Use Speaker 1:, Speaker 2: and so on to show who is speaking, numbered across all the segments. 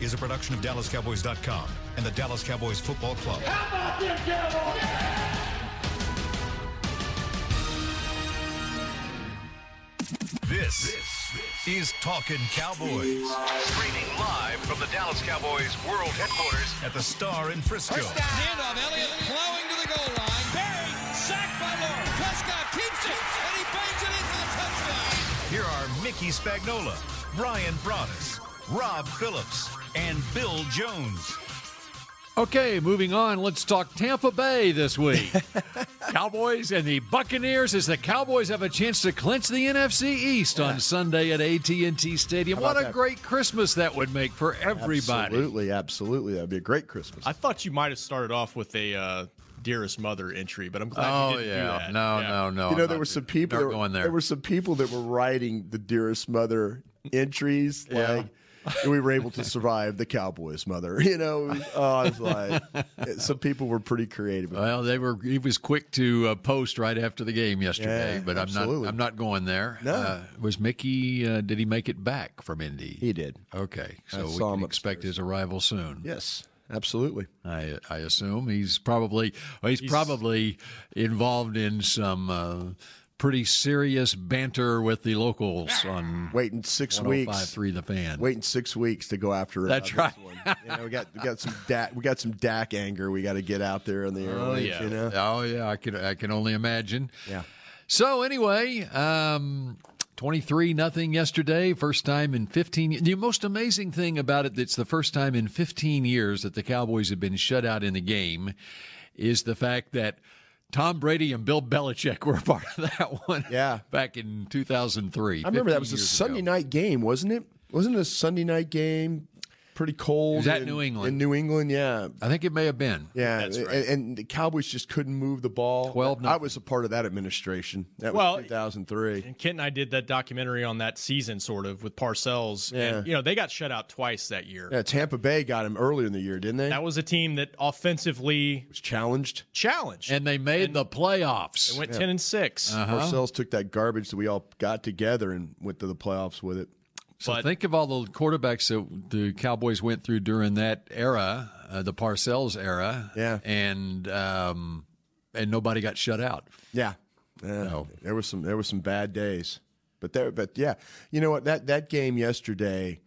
Speaker 1: is a production of DallasCowboys.com and the Dallas Cowboys Football Club.
Speaker 2: How about them Cowboys?
Speaker 1: This, is Talking Cowboys. Streaming live from the Dallas Cowboys World Headquarters at the Star in Frisco.
Speaker 3: Handoff, Elliott plowing to the goal line. Barry, sacked by Lord. Prescott keeps it, and he bangs it in for the touchdown.
Speaker 1: Here are Mickey Spagnola, Brian Broaddus, Rob Phillips, and Bill Jones.
Speaker 4: Okay, moving on. Let's talk Tampa Bay this week. Cowboys and the Buccaneers as the Cowboys have a chance to clinch the NFC East on Sunday at AT&T Stadium. What a
Speaker 5: that?
Speaker 4: great Christmas that would make for everybody.
Speaker 5: Absolutely, absolutely. That'd be a great Christmas.
Speaker 6: I thought you might have started off with a uh, dearest mother entry, but I'm glad you didn't do that.
Speaker 4: Oh, No,
Speaker 6: Yeah.
Speaker 4: no, no.
Speaker 5: you know,
Speaker 4: I'm
Speaker 5: there
Speaker 4: not
Speaker 5: were some people
Speaker 4: not
Speaker 5: that were,
Speaker 4: going there.
Speaker 5: there were some people that were writing the dearest mother entries. Like we were able to survive the Cowboys mother. You know, oh, I was like, some people were pretty creative.
Speaker 4: well, they were. He was quick to uh, post right after the game yesterday,
Speaker 5: Yeah,
Speaker 4: but I'm
Speaker 5: absolutely.
Speaker 4: not. I'm not going there.
Speaker 5: No.
Speaker 4: Uh, was Mickey? Uh, did he make it back from Indy?
Speaker 5: He did.
Speaker 4: Okay, so we
Speaker 5: saw
Speaker 4: can
Speaker 5: him
Speaker 4: expect his arrival soon.
Speaker 5: Yes, absolutely.
Speaker 4: I I assume he's probably well, he's, probably involved in some uh, pretty serious banter with the locals on
Speaker 5: Waiting six weeks.
Speaker 4: 105.3 the fan.
Speaker 5: Waiting six weeks to go after. uh,
Speaker 4: That's
Speaker 5: this
Speaker 4: right.
Speaker 5: one. You know, we got we got some Dak we got some Dak anger. We got to get out there on the airwaves.
Speaker 6: yeah.
Speaker 5: You know,
Speaker 4: Oh yeah, I can I can only imagine.
Speaker 5: yeah.
Speaker 4: So anyway, um, twenty three nothing yesterday. First time in fifteen. The most amazing thing about it that's the first time in fifteen years that the Cowboys have been shut out in the game is the fact that Tom Brady and Bill Belichick were a part of that one.
Speaker 5: Yeah.
Speaker 4: back in two thousand three.
Speaker 5: I remember that was a Sunday night game, wasn't it? Wasn't it a Sunday night game? Pretty cold.
Speaker 4: was at
Speaker 5: in-
Speaker 4: New England.
Speaker 5: In New England, yeah.
Speaker 4: I think it may have been.
Speaker 5: Yeah,
Speaker 6: That's
Speaker 5: and-
Speaker 6: right.
Speaker 5: and the Cowboys just couldn't move the ball.
Speaker 4: 12
Speaker 5: I was a part of that administration. That was
Speaker 6: Well,
Speaker 5: 2003.
Speaker 6: And Kent and I did that documentary on that season, sort of, with Parcells.
Speaker 5: Yeah.
Speaker 6: And, you know, they got shut out twice that year.
Speaker 5: Yeah, Tampa Bay got him earlier in the year, didn't they?
Speaker 6: That was a team that offensively
Speaker 5: was challenged.
Speaker 6: challenged.
Speaker 4: and they made the playoffs. Uh-huh.
Speaker 6: They went 10 and 6.
Speaker 5: Parcells took that garbage that we all got together and went to the playoffs with it.
Speaker 4: So
Speaker 6: But-
Speaker 4: think of all the quarterbacks that the Cowboys went through during that era, uh, the Parcells era.
Speaker 5: Yeah.
Speaker 4: and um, and nobody got shut out.
Speaker 5: Yeah. Yeah. There was some there were some bad days. But there but yeah. You know what that that game yesterday,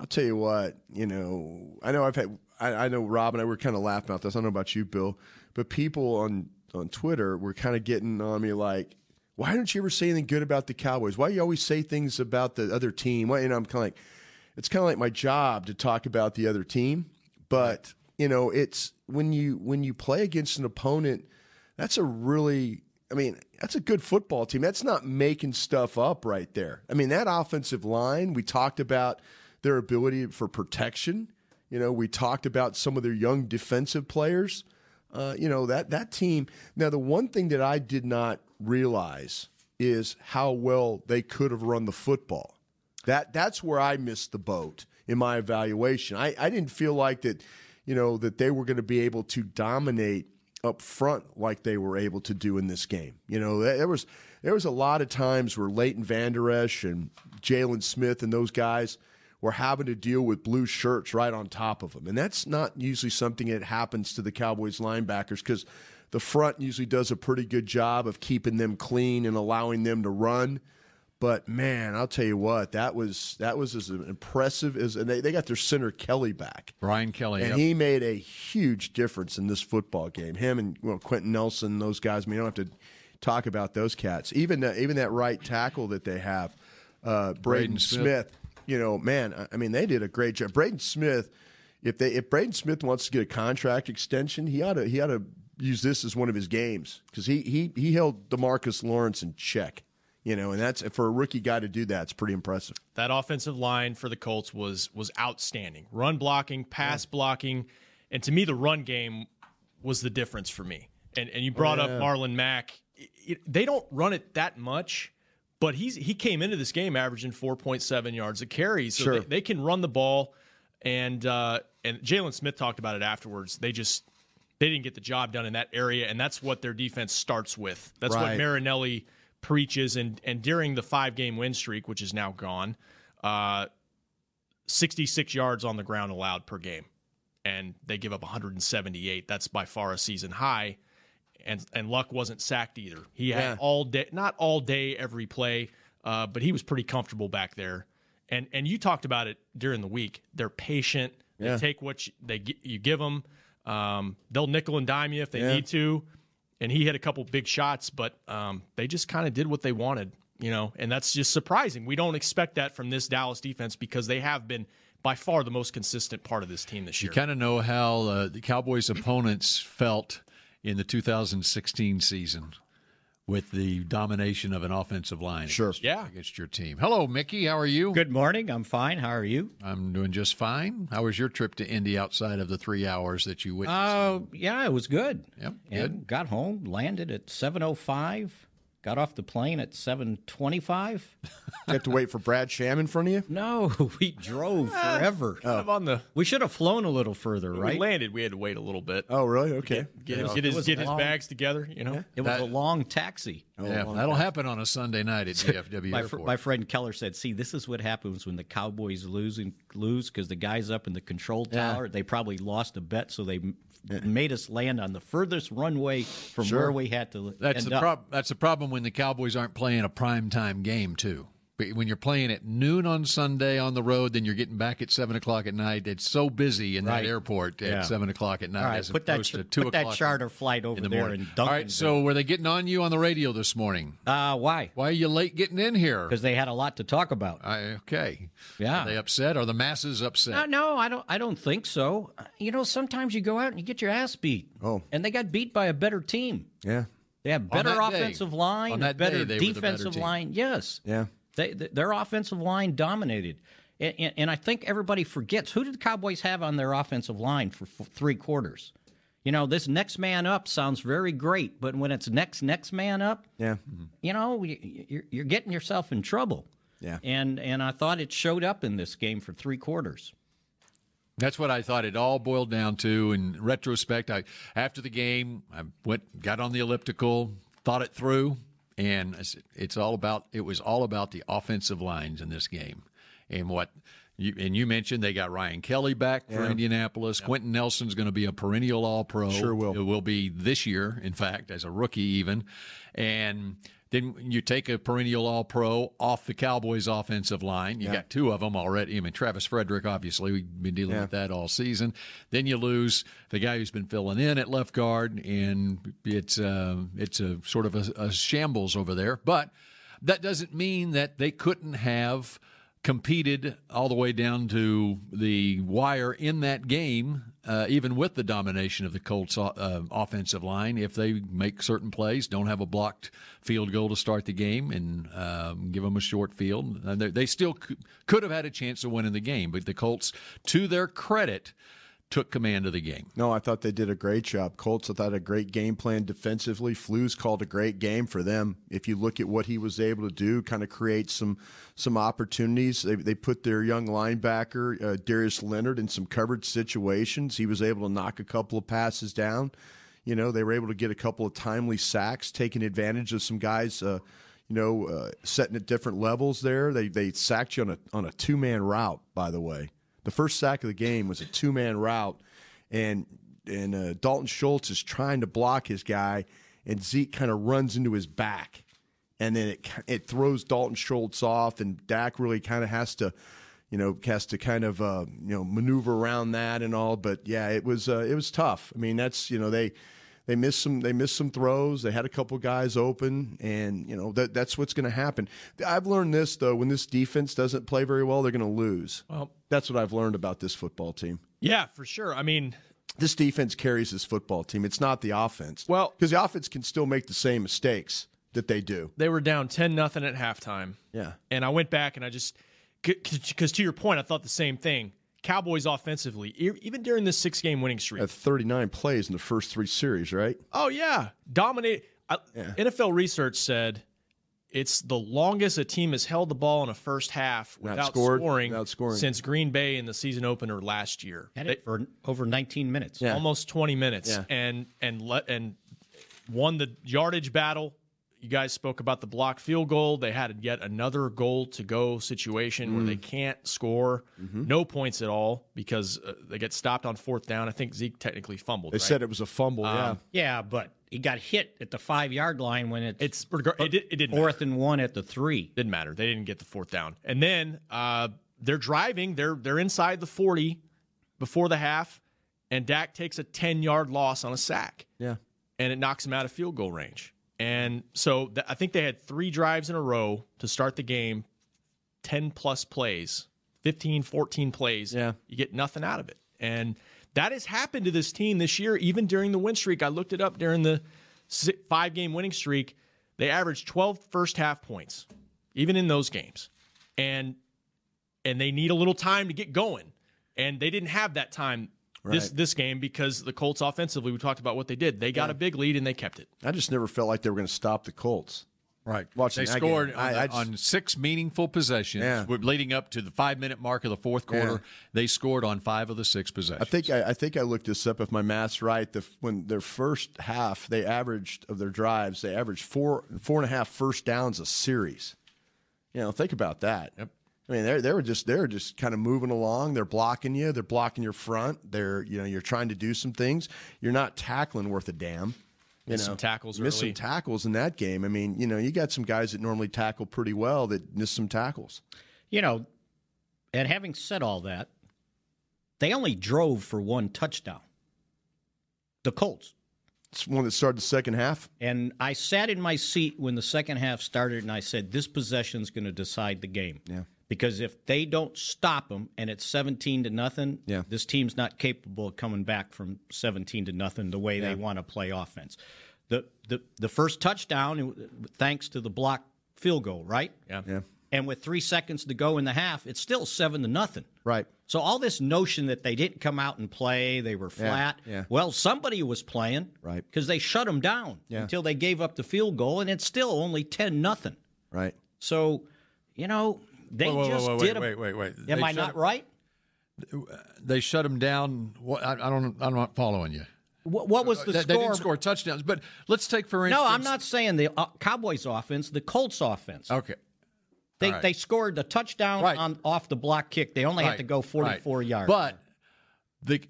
Speaker 5: I'll tell you what, you know, I know I've had I, I know Rob and I were kind of laughing about this. I don't know about you, Bill, but people on on Twitter were kind of getting on me like why don't you ever say anything good about the Cowboys? Why do you always say things about the other team? Why, and I'm kind of like, it's kind of like my job to talk about the other team, but you know, it's when you when you play against an opponent that's a really I mean, that's a good football team. That's not making stuff up right there. I mean, that offensive line, we talked about their ability for protection. You know, we talked about some of their young defensive players. Uh, you know, that that team. Now, the one thing that I did not realize is how well they could have run the football. That that's where I missed the boat in my evaluation. I, I didn't feel like that, you know, that they were going to be able to dominate up front like they were able to do in this game. You know, there there was there was a lot of times where Leighton Vander Esch and Jalen Smith and those guys were having to deal with blue shirts right on top of them. And that's not usually something that happens to the Cowboys linebackers because the front usually does a pretty good job of keeping them clean and allowing them to run. But man, I'll tell you what, that was that was as impressive as and they, they got their center Kelly back.
Speaker 4: Brian Kelly,
Speaker 5: And
Speaker 4: yep.
Speaker 5: he made a huge difference in this football game. Him and well, Quentin Nelson, those guys. I mean, you don't have to talk about those cats. Even uh, even that right tackle that they have, uh, Braden
Speaker 4: Braden Smith.
Speaker 5: Smith. You know, man. I- I mean, they did a great job. Braden Smith. If they if Braden Smith wants to get a contract extension, he ought to he ought to use this as one of his games because he he he held Demarcus Lawrence in check. You know, and that's for a rookie guy to do that. It's pretty impressive.
Speaker 6: That offensive line for the Colts was was outstanding. Run blocking, pass blocking, and to me the run game was the difference for me. And and you brought up Marlon Mack. It- it- they don't run it that much, but he's he came into this game averaging 4.7 yards a carry, so
Speaker 5: Sure.
Speaker 6: they, they can run the ball. And uh, and Jalen Smith talked about it afterwards. They just they didn't get the job done in that area, and that's what their defense starts with. That's
Speaker 5: Right.
Speaker 6: what Marinelli preaches, and and during the five game win streak, which is now gone, uh, 66 yards on the ground allowed per game, and they give up 178. That's by far a season high. And and Luck wasn't sacked either. He had
Speaker 5: Yeah.
Speaker 6: all day, not all day, every play, uh, but he was pretty comfortable back there. And and you talked about it during the week. They're patient. They
Speaker 5: Yeah.
Speaker 6: take what you, they gi- you give them. Um, they'll nickel and dime you if they
Speaker 5: Yeah.
Speaker 6: need to. And he hit a couple big shots, but um, they just kind of did what they wanted, you know. And that's just surprising. We don't expect that from this Dallas defense because they have been by far the most consistent part of this team this year.
Speaker 4: You kind of know how uh, the Cowboys' opponents felt in the 2016 season with the domination of an offensive line. Sure.
Speaker 6: Yeah.
Speaker 4: Against your team. Hello, Mickey. How are you?
Speaker 2: Good morning. I'm fine. How are you?
Speaker 4: I'm doing just fine. How was your trip to Indy outside of the three hours that you witnessed?
Speaker 2: Uh, yeah, it was good.
Speaker 4: Yep,
Speaker 2: And got home, landed at 7:05, got off the plane at 7:25.
Speaker 5: You have to wait for Brad Sham in front of you.
Speaker 2: No, we drove forever.
Speaker 6: of on the
Speaker 2: we should have flown a little further,
Speaker 6: we
Speaker 2: right?
Speaker 6: landed. We had to wait a little bit.
Speaker 5: Oh, really? Okay.
Speaker 6: Get, get his
Speaker 2: was
Speaker 6: get his
Speaker 2: long.
Speaker 6: bags together, you know.
Speaker 2: it was a long Oh, taxi.
Speaker 4: yeah, that'll happen on a Sunday night at DFW
Speaker 2: My, fr-
Speaker 4: Airport.
Speaker 2: my friend Keller said, "See, this is what happens when the Cowboys lose and lose because the guys up in the control
Speaker 4: Yeah.
Speaker 2: tower they probably lost a bet, so they m made us land on the furthest runway from where we had to
Speaker 4: that's
Speaker 2: end
Speaker 4: the
Speaker 2: up.
Speaker 4: problem. That's the problem when the Cowboys aren't playing a prime time game too. But when you're playing at noon on Sunday on the road, then you're getting back at seven o'clock at night. It's so busy in
Speaker 2: Right.
Speaker 4: that airport at
Speaker 2: Yeah.
Speaker 4: seven o'clock at night
Speaker 2: All right,
Speaker 4: as
Speaker 2: put that ch-
Speaker 4: opposed to two
Speaker 2: put
Speaker 4: o'clock
Speaker 2: that charter flight over
Speaker 4: in the
Speaker 2: there
Speaker 4: morning.
Speaker 2: in
Speaker 4: All right,
Speaker 2: Duncanville.
Speaker 4: so were they getting on you on the radio this morning?
Speaker 2: Uh, why?
Speaker 4: Why are you late getting in here?
Speaker 2: Because they had a lot to talk about.
Speaker 4: I, okay,
Speaker 2: Yeah.
Speaker 4: are they upset? Are the masses upset?
Speaker 2: Uh, no, I don't. I don't think so. Uh, You know, sometimes you go out and you get your ass beat.
Speaker 5: Oh.
Speaker 2: and they got beat by a better team.
Speaker 5: Yeah.
Speaker 2: They have better
Speaker 4: that day.
Speaker 2: offensive line,
Speaker 4: On that
Speaker 2: a better
Speaker 4: day, they were the better
Speaker 2: defensive
Speaker 4: team.
Speaker 2: line. Yes,
Speaker 5: Yeah.
Speaker 2: they, th their offensive line dominated, and, and, and I think everybody forgets who did the Cowboys have on their offensive line for f- three quarters. You know, this next man up sounds very great, but when it's next next man up,
Speaker 5: Yeah.
Speaker 2: you know, you- you're, you're getting yourself in trouble.
Speaker 5: Yeah.
Speaker 2: and and I thought it showed up in this game for three quarters.
Speaker 4: That's what I thought it all boiled down to. In retrospect, I after the game, I went, got on the elliptical, thought it through, and I said, it's all about. It was all about the offensive lines in this game, and what. You, and you mentioned they got Ryan Kelly back for Indianapolis. Quentin Nelson's going to be a perennial All Pro. Sure will. It will be this year, in fact, as a rookie even. And then you take a perennial All Pro off the Cowboys' offensive line. You got two of them already. I mean, Travis Frederick, obviously, we've been dealing with that all season. Then you lose the guy who's been filling in at left guard, and it's uh, it's a sort of a, a shambles over there. But that doesn't mean that they couldn't have competed all the way down to the wire in that game, uh, even with the domination of the Colts uh, offensive line. If they make certain plays, don't have a blocked field goal to start the game, and um, give them a short field, and they, they still c- could have had a chance of winning the game. But the Colts, to their credit, took command of the game.
Speaker 5: No, I thought they did a great job. Colts, I thought a great game plan defensively. Flues called a great game for them. If you look at what he was able to do, kind of create some some opportunities. They, they put their young linebacker uh, Darius Leonard in some coverage situations. He was able to knock a couple of passes down. You know, they were able to get a couple of timely sacks, taking advantage of some guys. Uh, you know, uh, setting at different levels there. They they sacked you on a on a two man route. By the way, the first sack of the game was a two man route and and uh, Dalton Schultz is trying to block his guy, and Zeke kind of runs into his back, and then it it throws Dalton Schultz off, and Dak really kind of has to, you know, has to kind of uh, you know maneuver around that and all. But yeah, it was uh, it was tough. I mean, that's you know they. They missed some. They missed some throws. They had a couple guys open, and you know that that's what's going to happen. I've learned this though: when this defense doesn't play very well, they're going to lose. Well, that's what I've learned about this football team
Speaker 6: Yeah, for sure. I mean,
Speaker 5: this defense carries this football team. It's not the offense.
Speaker 6: Well-
Speaker 5: because the offense can still make the same mistakes that they do.
Speaker 6: they were down 10 nothing at halftime.
Speaker 5: Yeah.
Speaker 6: And I went back and I just cuz to your point I thought the same thing. Cowboys offensively, e- even during this 6-game winning streak.
Speaker 5: At 39 plays in the first three series, right?
Speaker 6: Oh yeah, dominate. I, NFL research said it's the longest a team has held the ball in a first half
Speaker 5: Not
Speaker 6: without
Speaker 5: scored,
Speaker 6: scoring,
Speaker 5: without scoring.
Speaker 6: since Green Bay in the season opener last year.
Speaker 2: Had it for over 19 minutes.
Speaker 5: Yeah.
Speaker 6: Almost 20 minutes
Speaker 5: Yeah.
Speaker 6: and and let and won the yardage battle, you guys spoke about the block field goal. They had yet another goal to go situation where they
Speaker 5: Mm.
Speaker 6: can't score,
Speaker 5: Mm-hmm.
Speaker 6: no points at all because uh, they get stopped on fourth down. I think Zeke technically fumbled.
Speaker 5: They
Speaker 6: right?
Speaker 5: said it was a fumble.
Speaker 2: Um, Yeah, but he got hit at the five yard line when it's,
Speaker 6: it's regar- it, did- it didn't matter.
Speaker 2: fourth and one at the three.
Speaker 6: Didn't matter. They didn't get the fourth down. And then uh, they're driving. They're they're inside the forty before the half, and Dak takes a ten yard loss on a sack.
Speaker 5: yeah,
Speaker 6: and it knocks them out of field goal range. And so th- I think they had three drives in a row to start the game, 10 plus plays, 15, 14 plays.
Speaker 5: Yeah.
Speaker 6: You get nothing out of it. And that has happened to this team this year, even during the win streak. I looked it up during the five game winning streak. They averaged 12 first half points, even in those games. And and they need a little time to get going. And they didn't have that time this
Speaker 5: Right.
Speaker 6: this game because the Colts offensively, we talked about what they did. They got a big lead and they kept it.
Speaker 5: I just never felt like they were going to stop the Colts.
Speaker 4: Right.
Speaker 5: Watching
Speaker 4: they
Speaker 5: that
Speaker 4: scored
Speaker 5: game,
Speaker 4: on,
Speaker 5: I-
Speaker 4: the-
Speaker 5: I just-
Speaker 4: on six meaningful possessions
Speaker 5: Yeah.
Speaker 4: We're leading up to the five minute mark of the fourth quarter.
Speaker 5: Yeah.
Speaker 4: They scored on five of the six possessions.
Speaker 5: I think I, I think I looked this up. If my math's right, the, when their first half, they averaged of their drives, they averaged four four and a half first downs a series. You know, think about that. Yep. I mean, they they were just they were just kind of moving along. They're blocking you. They're blocking your front. They're you know you're trying to do some things. You're not tackling worth a damn. You
Speaker 6: Missed
Speaker 5: know,
Speaker 6: some tackles
Speaker 5: missed
Speaker 6: early.
Speaker 5: some tackles in that game. I mean, you know, you got some guys that normally tackle pretty well that missed some tackles.
Speaker 2: You know, and having said all that, they only drove for one touchdown. The Colts.
Speaker 5: It's one that started the second half.
Speaker 2: And I sat in my seat when the second half started and I said, this possession's going to decide the game.
Speaker 5: Yeah.
Speaker 2: Because if they don't stop them and it's 17 to nothing,
Speaker 5: Yeah.
Speaker 2: this team's not capable of coming back from 17 to nothing the way they want to play offense. The, the, the first touchdown, it w- thanks to the block field goal, right?
Speaker 6: Yeah.
Speaker 5: Yeah.
Speaker 2: And with three seconds to go in the half, it's still 7 to nothing.
Speaker 5: Right.
Speaker 2: So all this notion that they didn't come out and play, they were flat.
Speaker 5: yeah.
Speaker 2: Well, somebody was playing,
Speaker 5: Right.
Speaker 2: Because they shut them down
Speaker 5: Yeah.
Speaker 2: until they gave up the field goal, and it's still only ten nothing.
Speaker 5: Right.
Speaker 2: So, you know, they
Speaker 4: Whoa, whoa,
Speaker 2: just
Speaker 4: whoa, wait,
Speaker 2: did. a-
Speaker 4: wait, wait, wait.
Speaker 2: Am
Speaker 4: They
Speaker 2: I
Speaker 4: shut
Speaker 2: not
Speaker 4: it-
Speaker 2: right?
Speaker 4: they shut them down. What, I, I don't. I'm not following you.
Speaker 2: What, what was the
Speaker 4: They, they
Speaker 2: score?
Speaker 4: didn't score touchdowns, but let's take for instance.
Speaker 2: No, I'm not saying the uh, Cowboys' offense, the Colts' offense.
Speaker 4: Okay.
Speaker 2: they,
Speaker 4: right.
Speaker 2: they scored the touchdown
Speaker 4: Right.
Speaker 2: on off the block kick. They only had to
Speaker 4: Right,
Speaker 2: go
Speaker 4: right.
Speaker 2: 44 yards.
Speaker 4: But the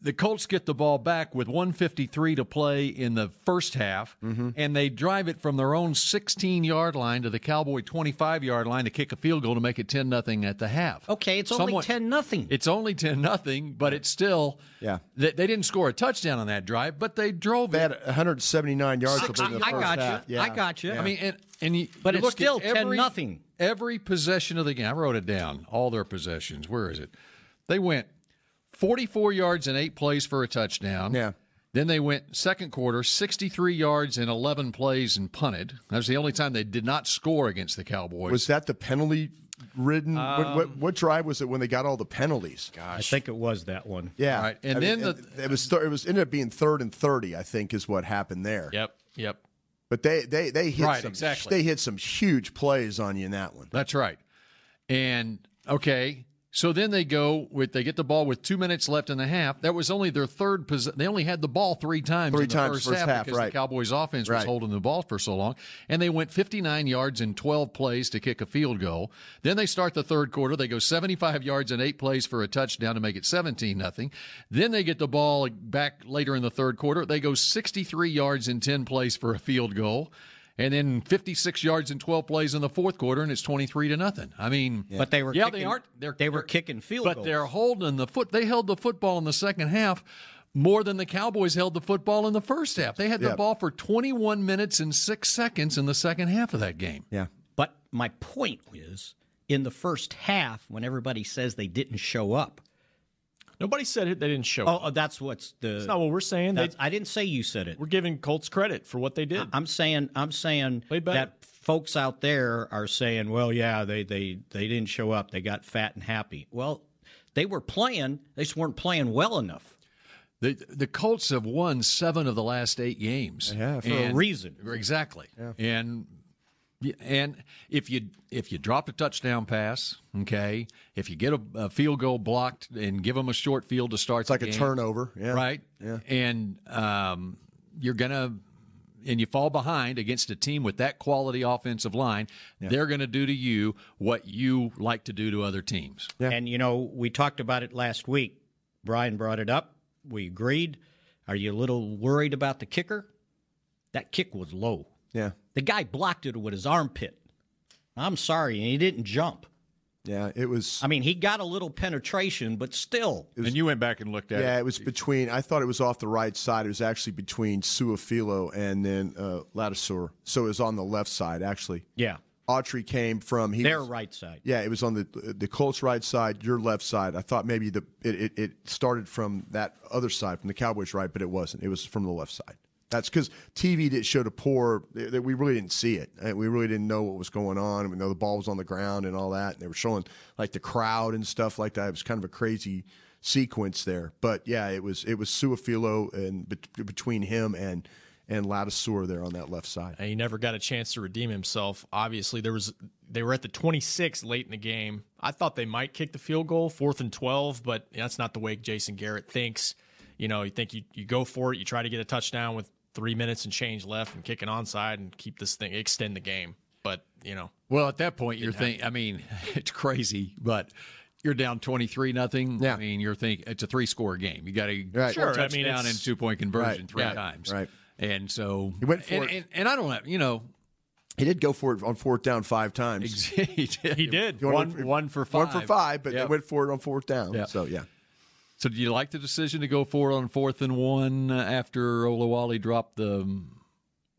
Speaker 4: the Colts get the ball back with 153 to play in the first half, and they drive it from their own 16 yard line to the Cowboy 25 yard line to kick a field goal to make it 10 nothing at the half.
Speaker 2: okay, Oh, it's only
Speaker 4: Somewhat-
Speaker 2: ten nothing.
Speaker 4: It's only 10 nothing, but it's still
Speaker 5: Yeah.
Speaker 4: They, they didn't score a touchdown on that drive, but they drove
Speaker 5: They
Speaker 4: it.
Speaker 5: had 179 yards.
Speaker 2: I,
Speaker 5: to win the
Speaker 2: I
Speaker 5: first
Speaker 2: got
Speaker 5: half.
Speaker 2: you.
Speaker 5: Yeah.
Speaker 2: I got you.
Speaker 4: I mean, and, and you,
Speaker 2: But
Speaker 4: you
Speaker 2: it's
Speaker 4: look at
Speaker 2: still 10
Speaker 4: every-
Speaker 2: nothing.
Speaker 4: Every possession of the game, I wrote it down. All their possessions. Where is it? They went 44 yards and eight plays for a touchdown.
Speaker 5: Yeah.
Speaker 4: Then they went second quarter, 63 yards and 11 plays and punted. That was the only time they did not score against the Cowboys.
Speaker 5: Was that the penalty ridden? what, what,
Speaker 4: Um,
Speaker 5: what drive was it when they got all the penalties?
Speaker 2: I think it was that one.
Speaker 5: Yeah,
Speaker 4: Right, and
Speaker 5: I
Speaker 4: then
Speaker 5: mean,
Speaker 4: the-
Speaker 5: it, it was thir- it was ended up being third and thirty. I think is what happened there.
Speaker 6: Yep. Yep.
Speaker 5: But they they they hit
Speaker 4: Right,
Speaker 5: some
Speaker 4: exactly.
Speaker 5: they hit some huge plays on you in that one.
Speaker 4: That's right. And okay, so then they go with they get the ball with two minutes left in the half. That was only their third. Pos- they only had the ball three times.
Speaker 5: Three
Speaker 4: in the
Speaker 5: times
Speaker 4: first,
Speaker 5: first
Speaker 4: half,
Speaker 5: half,
Speaker 4: because
Speaker 5: right.
Speaker 4: the Cowboys' offense was
Speaker 5: Right.
Speaker 4: holding the ball for so long, and they went 59 yards in 12 plays to kick a field goal. Then they start the third quarter. They go 75 yards in eight plays for a touchdown to make it 17 nothing. Then they get the ball back later in the third quarter. They go 63 yards in 10 plays for a field goal. And then 56 yards in 12 plays in the fourth quarter, and it's 23 to nothing. I mean,
Speaker 2: But they were
Speaker 4: yeah,
Speaker 2: kicking,
Speaker 4: they aren't. They're,
Speaker 2: they were
Speaker 4: they're-
Speaker 2: kicking field
Speaker 4: but
Speaker 2: goals.
Speaker 4: they're holding the foot. They held the football in the second half more than the Cowboys held the football in the first half. They had the
Speaker 5: Yeah.
Speaker 4: ball for 21 minutes and six seconds in the second half of that game.
Speaker 5: Yeah,
Speaker 2: But my point is, in the first half, when everybody says they didn't show up,
Speaker 6: Nobody said it. They didn't show
Speaker 2: oh,
Speaker 6: up.
Speaker 2: oh, that's what's the.
Speaker 6: That's not what we're saying. They,
Speaker 2: that's- I didn't say you said it.
Speaker 6: we're giving Colts credit for what they did.
Speaker 2: I'm saying I'm saying
Speaker 6: Played better.
Speaker 2: that folks out there are saying, well, yeah, they they they didn't show up. They got fat and happy. Well, they were playing. They just weren't playing well enough.
Speaker 4: The the Colts have won seven of the last eight games. Yeah,
Speaker 2: for a reason.
Speaker 4: Exactly. And and if you if you drop a touchdown pass, okay, if you get a, a field goal blocked and give them a short field to start,
Speaker 5: it's like a
Speaker 4: turnover.
Speaker 5: turnover. Yeah,
Speaker 4: right? And um, you're gonna and you fall behind against a team with that quality offensive line, they're going to do to you what you like to do to other teams.
Speaker 2: And you know, we talked about it last week. Brian brought it up. We agreed. Are you a little worried about the kicker? That kick was low.
Speaker 5: Yeah.
Speaker 2: The guy blocked it with his armpit. I'm sorry, and he didn't jump.
Speaker 5: Yeah. It was.
Speaker 2: I mean, he got a little penetration, but still,
Speaker 7: and you went back and looked at
Speaker 5: Yeah,
Speaker 7: it.
Speaker 5: it was between. I thought it was off the right side. It was actually between Suafilo and then uh, Latasur. So it was on the left side actually.
Speaker 2: yeah,
Speaker 5: Autry came from. He
Speaker 2: their
Speaker 5: was-
Speaker 2: right side.
Speaker 5: Yeah, it was on the the Colts' right side, your left side. I thought maybe the it, it, it started from that other side, from the Cowboys' right, but it wasn't. It was from the left side. That's because TV did showed a poor. That we really didn't see it. Uh, We really didn't know what was going on. We know the ball was on the ground and all that. And they were showing like the crowd and stuff like that. It was kind of a crazy sequence there. But yeah, it was it was Suafilo and bet- between him and and Latasur there on that left side.
Speaker 6: and he never got a chance to redeem himself. Obviously, there was they were at the 26 late in the game. I thought they might kick the field goal, fourth and 12, but that's not the way Jason Garrett thinks. You know, you think you, you go for it, you try to get a touchdown with three minutes and change left and kick an onside and keep this thing, extend the game. But, you know,
Speaker 4: Well, at that point, you're thinking. I mean, it's crazy, but you're down twenty three nothing.
Speaker 5: Yeah.
Speaker 4: I mean, you're thinking it's a three score game. You got to
Speaker 5: Right.
Speaker 4: score
Speaker 6: Sure, I mean,
Speaker 4: touchdown
Speaker 6: it's-
Speaker 4: and two point conversion
Speaker 5: Right,
Speaker 4: three
Speaker 5: right,
Speaker 4: times.
Speaker 5: right.
Speaker 4: And so
Speaker 5: He went for
Speaker 4: and,
Speaker 5: it.
Speaker 4: And, and I don't have you know
Speaker 5: He did go for it on fourth down five times.
Speaker 4: he did,
Speaker 6: he did.
Speaker 5: You wanna
Speaker 4: one
Speaker 5: look for-
Speaker 4: one for five
Speaker 5: One for five, but
Speaker 4: Yeah.
Speaker 5: they went for it on fourth down.
Speaker 4: Yeah.
Speaker 5: So yeah,
Speaker 4: So do you like the decision to go for it on fourth and one uh, after Olawale dropped the um,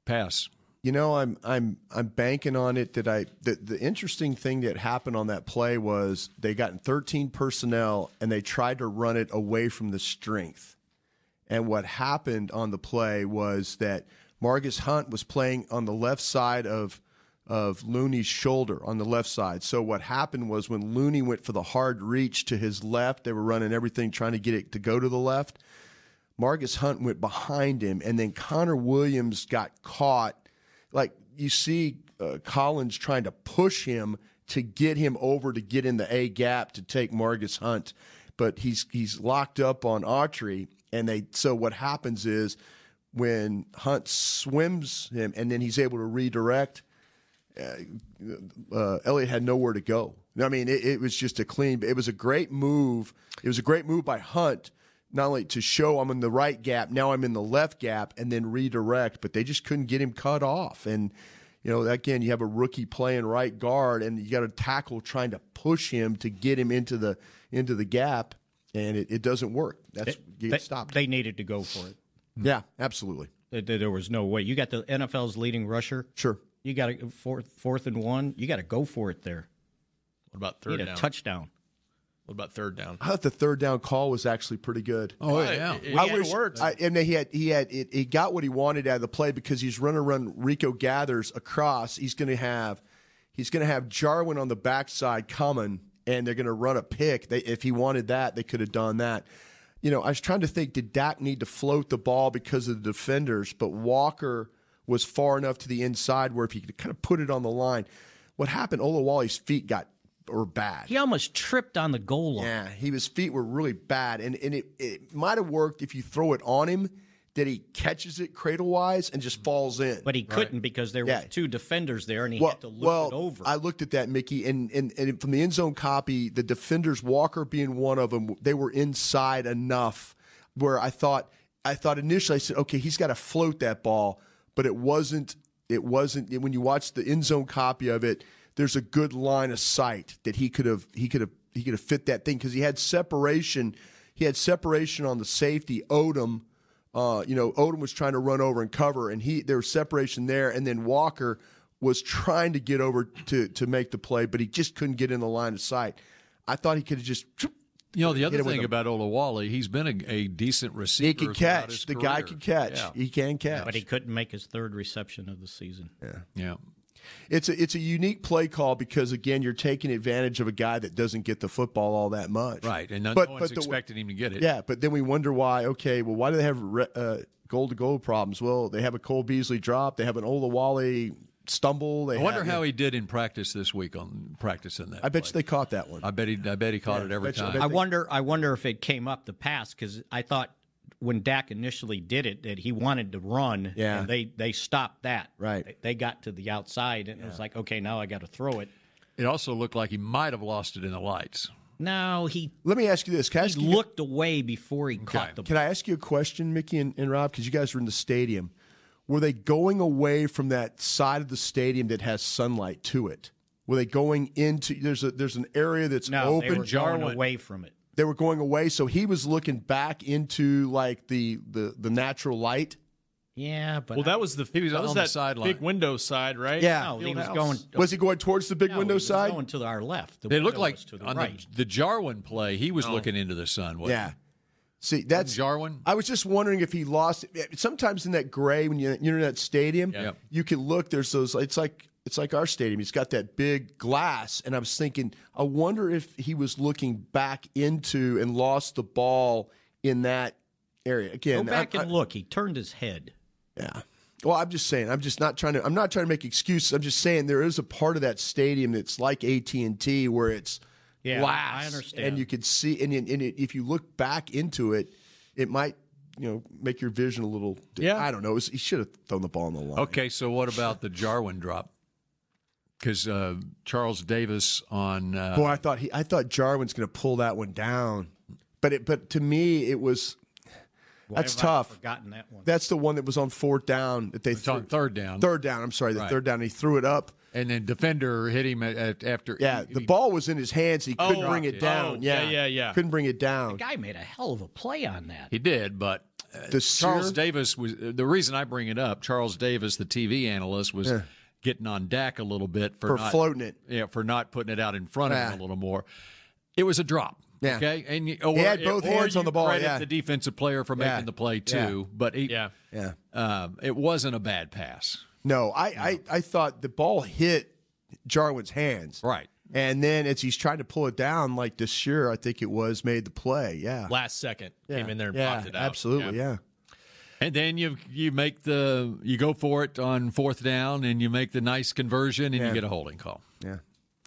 Speaker 4: pass?
Speaker 5: you know, I'm I'm I'm banking on it that I the, the interesting thing that happened on that play was they got in 13 personnel and they tried to run it away from the strength. And what happened on the play was that Marcus Hunt was playing on the left side of of Looney's shoulder on the left side. So what happened was when Looney went for the hard reach to his left, they were running everything trying to get it to go to the left. Marcus Hunt went behind him, and then Connor Williams got caught. Like you see uh, Collins trying to push him to get him over to get in the A gap to take Marcus Hunt, but he's he's locked up on Autry, and they so what happens is when Hunt swims him, and then he's able to redirect uh, Elliott had nowhere to go. I mean, it, it was just a clean. It was a great move. It was a great move by Hunt, not only to show I'm in the right gap, now I'm in the left gap, and then redirect. But they just couldn't get him cut off. And you know, again, you have a rookie playing right guard, and you got a tackle trying to push him to get him into the into the gap, and it, it doesn't work. That's you
Speaker 2: They,
Speaker 5: get stopped.
Speaker 2: they needed to go for it.
Speaker 5: yeah, absolutely.
Speaker 2: There- There there was no way. You got the NFL's leading rusher.
Speaker 5: Sure.
Speaker 2: You got to fourth, fourth and one. You got to go for it there.
Speaker 6: What about
Speaker 2: You
Speaker 6: third
Speaker 2: Need a
Speaker 6: down?
Speaker 2: touchdown.
Speaker 6: What about third down?
Speaker 5: I thought the third down call was actually pretty good.
Speaker 4: Oh yeah,
Speaker 6: It- it-
Speaker 5: I
Speaker 6: it
Speaker 5: wish.
Speaker 6: worked.
Speaker 5: I, and he had he had it, he got what he wanted out of the play because he's running run Rico gathers across. He's going to have he's going to have Jarwin on the backside coming, and they're going to run a pick. They, if he wanted that, they could have done that. You know, I was trying to think: Did Dak need to float the ball because of the defenders? But Walker was far enough to the inside where if he could kind of put it on the line, what happened? Olawale's feet got or bad.
Speaker 2: He almost tripped on the goal line.
Speaker 5: Yeah, he his feet were really bad, and and it, it might have worked if you throw it on him that he catches it cradle wise and just falls in.
Speaker 2: But he couldn't because there were
Speaker 5: Yeah.
Speaker 2: two defenders there, and he
Speaker 5: well,
Speaker 2: had to loop
Speaker 5: well,
Speaker 2: it over.
Speaker 5: I looked at that Mickey, and, and and from the end zone copy, the defenders Walker being one of them, they were inside enough where I thought I thought initially I said, okay, he's got to float that ball, but it wasn't. It wasn't when you watch the end zone copy of it. There's a good line of sight that he could have he could have he could have fit that thing because he had separation. He had separation on the safety Odom uh, you know, Odom was trying to run over and cover, and he there was separation there, and then Walker was trying to get over to to make the play, but he just couldn't get in the line of sight. I thought he could have just
Speaker 4: You know the
Speaker 5: Hit
Speaker 4: other
Speaker 5: it with
Speaker 4: thing
Speaker 5: him.
Speaker 4: about Olawale, he's been a, a decent receiver.
Speaker 5: he could
Speaker 4: throughout
Speaker 5: catch.
Speaker 4: his
Speaker 5: The guy
Speaker 4: career.
Speaker 5: could catch.
Speaker 4: Yeah.
Speaker 5: He can catch.
Speaker 2: but he couldn't make his third reception of the season.
Speaker 4: yeah.
Speaker 5: it's a it's a unique play call because again, you're taking advantage of a guy that doesn't get the football all that much.
Speaker 4: Right, and no, no one's
Speaker 5: the-
Speaker 4: expecting him to get it.
Speaker 5: Yeah, but then we wonder why. Okay, well, why do they have re- uh, goal to goal problems? Well, they have a Cole Beasley drop. They have an Olawale stumble. They
Speaker 4: I wonder
Speaker 5: have,
Speaker 4: how he did in practice this week on practicing that.
Speaker 5: I bet you
Speaker 4: play.
Speaker 5: they caught that one.
Speaker 4: I bet he. I bet he caught
Speaker 5: Yeah,
Speaker 4: it every
Speaker 5: bet you- I
Speaker 4: time.
Speaker 5: bet
Speaker 2: I wonder. I wonder if it came up the pass because I thought when Dak initially did it that he wanted to run.
Speaker 5: Yeah.
Speaker 2: And they they stopped that.
Speaker 5: Right.
Speaker 2: They, they got to the outside and it was like, okay, now I got to throw it.
Speaker 4: It also looked like he might have lost it in the lights.
Speaker 2: No, he
Speaker 5: Let me ask you this. Can I ask you,
Speaker 2: looked away before he caught the
Speaker 5: can I ask you a question, Mickey and, and Rob? Because you guys were in the stadium. Were they going away from that side of the stadium that has sunlight to it? Were they going into there's a there's an area that's
Speaker 2: No,
Speaker 5: open
Speaker 2: they were going
Speaker 5: Jarwin.
Speaker 2: away from it.
Speaker 5: they were going away, so he was looking back into like the the, the natural light.
Speaker 2: Yeah, but
Speaker 6: Well, that was the he
Speaker 4: was
Speaker 6: that
Speaker 4: on
Speaker 6: was
Speaker 4: the
Speaker 6: that
Speaker 4: sideline.
Speaker 6: big window side, right?
Speaker 5: Yeah.
Speaker 2: no, he
Speaker 6: Field
Speaker 2: was
Speaker 6: house.
Speaker 2: going.
Speaker 5: Was he going towards the big
Speaker 2: no,
Speaker 5: window
Speaker 2: he was
Speaker 5: side?
Speaker 2: Going to our left. The
Speaker 4: They
Speaker 2: window
Speaker 4: looked like
Speaker 2: was to the
Speaker 4: on
Speaker 2: right. Oh.
Speaker 4: the, the Jarwin play, he was looking into the sun. Wasn't
Speaker 5: yeah. See, that's
Speaker 4: Jarwin?
Speaker 5: I was just wondering if he lost. Sometimes in that gray, when you, you're in that stadium,
Speaker 4: Yep.
Speaker 5: you can look. There's those. It's like it's like our stadium. It's got that big glass, and I was thinking, I wonder if he was looking back into and lost the ball in that area
Speaker 2: Go
Speaker 5: again.
Speaker 2: back
Speaker 5: I- I-
Speaker 2: and look. He turned his head.
Speaker 5: yeah. Well, I'm just saying. I'm just not trying to. I'm not trying to make excuses. I'm just saying there is a part of that stadium that's like AT and T where it's
Speaker 2: Yeah,
Speaker 5: glass,
Speaker 2: I understand.
Speaker 5: and you can see. And, and it, if you look back into it, it might you know make your vision a little.
Speaker 6: Yeah.
Speaker 5: I don't know. It was- he should have thrown the ball on the line.
Speaker 4: Okay, so what about the Jarwin drop? Because uh, Charles Davis on uh,
Speaker 5: Boy, I thought he. I thought Jarwin's going to pull that one down, but it. But to me, it was. that's
Speaker 2: Have I
Speaker 5: tough.
Speaker 2: Forgotten that one.
Speaker 5: That's the one that was on fourth down that they
Speaker 4: it's on
Speaker 5: threw.
Speaker 4: third down,
Speaker 5: Third down. I'm sorry, the third down. He threw it up.
Speaker 4: and then defender hit him at, at, after.
Speaker 5: Yeah,
Speaker 4: he-
Speaker 5: the
Speaker 4: he-
Speaker 5: ball was in his hands. He couldn't bring it
Speaker 4: it.
Speaker 5: down.
Speaker 6: Oh,
Speaker 5: yeah.
Speaker 6: yeah, yeah, yeah.
Speaker 5: Couldn't bring it down.
Speaker 2: guy made a hell of a play on that.
Speaker 4: He did, but uh,
Speaker 5: The
Speaker 4: Charles
Speaker 5: sear-
Speaker 4: Davis was uh, the reason I bring it up. Charles Davis, the TV analyst, was getting on Dak a little bit for,
Speaker 5: For
Speaker 4: not,
Speaker 5: floating it.
Speaker 4: Yeah, for not putting it out in front of
Speaker 5: Yeah.
Speaker 4: him a little more. It was a drop.
Speaker 5: Yeah.
Speaker 4: Okay. And you, or,
Speaker 5: He had both
Speaker 4: or
Speaker 5: hands
Speaker 4: you
Speaker 5: on the ball,
Speaker 4: Credit
Speaker 5: yeah.
Speaker 4: the defensive player for making
Speaker 5: Yeah.
Speaker 4: the play too,
Speaker 5: Yeah.
Speaker 4: but he,
Speaker 6: Yeah.
Speaker 5: Yeah.
Speaker 4: um, it wasn't a bad pass.
Speaker 5: No, I, I, I thought the ball hit Jarwin's hands.
Speaker 4: Right.
Speaker 5: And then as he's trying to pull it down, like this year, I think it was made the play. Yeah.
Speaker 6: Last second
Speaker 5: yeah.
Speaker 6: came in there and
Speaker 5: yeah,
Speaker 6: popped it out.
Speaker 5: Absolutely. Yeah.
Speaker 4: And then you you make the you go for it on fourth down and you make the nice conversion and you get a holding call.
Speaker 5: Yeah.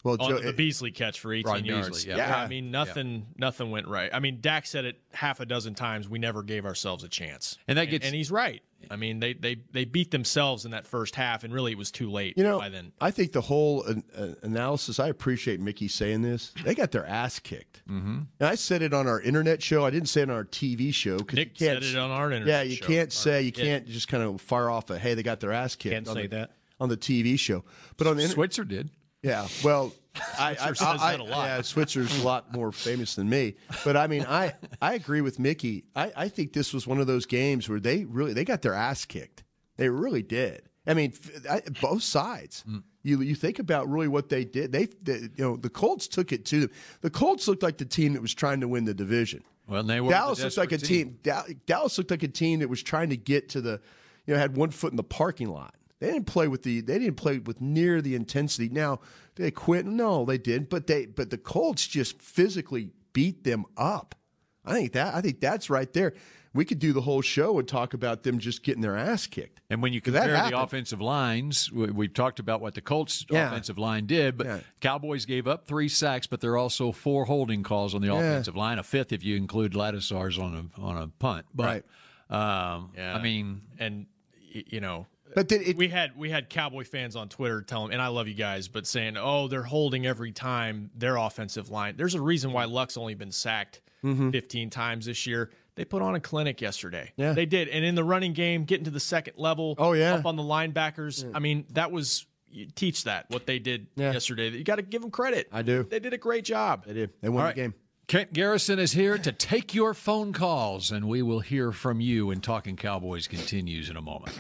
Speaker 5: Well,
Speaker 6: On
Speaker 5: Joe,
Speaker 6: the
Speaker 5: it-
Speaker 6: Beasley catch for 18
Speaker 4: Ron
Speaker 6: yards.
Speaker 4: Beasley, yeah.
Speaker 6: I mean, nothing, nothing went right. I mean, Dak said it half a dozen times. We never gave ourselves a chance,
Speaker 4: And that gets-
Speaker 6: and, he's right. I mean, they they they beat themselves in that first half, and really it was too late.
Speaker 5: you know,
Speaker 6: by then,
Speaker 5: I think the whole an, uh, analysis, I appreciate Mickey saying this. They got their ass kicked. Mm-hmm. And I said it on our internet show. I didn't say it on our TV show. 'cause
Speaker 6: Nick
Speaker 5: you can't,
Speaker 6: said it on our internet.
Speaker 5: Yeah, you
Speaker 6: show.
Speaker 5: can't say you can't just kind of fire off a hey they got their ass kicked.
Speaker 2: Can't
Speaker 5: on
Speaker 2: say
Speaker 5: the,
Speaker 2: that.
Speaker 5: on the TV show, but on the inter-
Speaker 4: Switzer did.
Speaker 5: yeah, well, I, I, I,
Speaker 6: says that a lot.
Speaker 5: yeah, Switzer's a lot more famous than me. But I mean, I I agree with Mickey. I I think this was one of those games where they really they got their ass kicked. They really did. I mean, f- I, both sides.
Speaker 6: Mm.
Speaker 5: You you think about really what they did. They, they you know the Colts took it to them. The Colts looked like the team that was trying to win the division.
Speaker 4: Well, and they were
Speaker 5: Dallas
Speaker 4: the
Speaker 5: looks like a
Speaker 4: desperate
Speaker 5: team. Dal- Dallas looked like a team that was trying to get to the, you know, had one foot in the parking lot. They didn't play with the. They didn't play with near the intensity. Now they quit. No, they did. But they. But the Colts just physically beat them up. I think that. I think that's right there. We could do the whole show and talk about them just getting their ass kicked.
Speaker 4: And when you
Speaker 5: That
Speaker 4: compare the
Speaker 5: happened.
Speaker 4: offensive lines, we, we've talked about what the Colts'
Speaker 5: Yeah.
Speaker 4: offensive line did, but
Speaker 5: Yeah.
Speaker 4: Cowboys gave up three sacks, but there are also four holding calls on the offensive line, a fifth if you include Latisar's on a on a punt. But um, I mean,
Speaker 6: and y- you know.
Speaker 5: But then it,
Speaker 6: we had we had cowboy fans on Twitter tell them, and I love you guys, but saying, "Oh, they're holding every time their offensive line." There's a reason why Luck's only been sacked
Speaker 5: Mm-hmm.
Speaker 6: 15 times this year. They put on a clinic yesterday.
Speaker 5: Yeah.
Speaker 6: they did, and in the running game, getting to the second level.
Speaker 5: Oh, yeah. Mm.
Speaker 6: up on the linebackers. I mean, that was you teach that what they did yesterday. You got to give them credit.
Speaker 5: I do.
Speaker 6: They did a great job.
Speaker 5: they did. They won the game.
Speaker 4: Kent Garrison is here to take your phone calls, and we will hear from you when Talking Cowboys continues in a moment.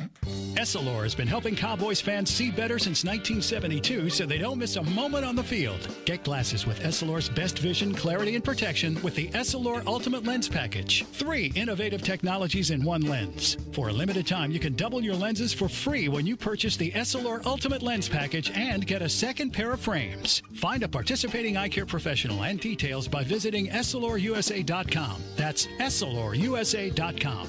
Speaker 7: Essilor has been helping Cowboys fans see better since 1972 so they don't miss a moment on the field. Get glasses with Essilor's best vision, clarity, and protection with the Essilor Ultimate Lens Package. Three innovative technologies in one lens. For a limited time, you can double your lenses for free when you purchase the Essilor Ultimate Lens Package and get a second pair of frames. Find a participating eye care professional and details by visiting EssilorUSA.com. That's EssilorUSA.com.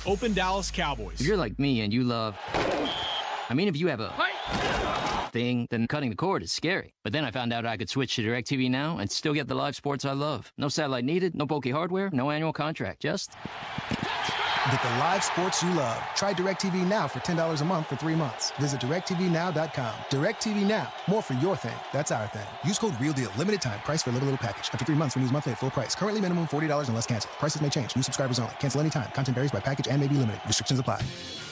Speaker 6: open Dallas Cowboys.
Speaker 8: If you're like me and you love. I mean, if you have a thing, then cutting the cord is scary. But then I found out I could switch to DirecTV now and still get the live sports I love. No satellite needed, no bulky hardware, no annual contract, just.
Speaker 9: Get the live sports you love. Try DirecTV Now for $10 a month for three months. Visit DirecTVNow.com. DirecTV Now. More for your thing. That's our thing. Use code REALDEAL. Limited time. Price for little, little package. After three months, renews monthly at full price. Currently minimum $40 unless canceled. Prices may change. New subscribers only. Cancel anytime. Content varies by package and may be limited. Restrictions apply.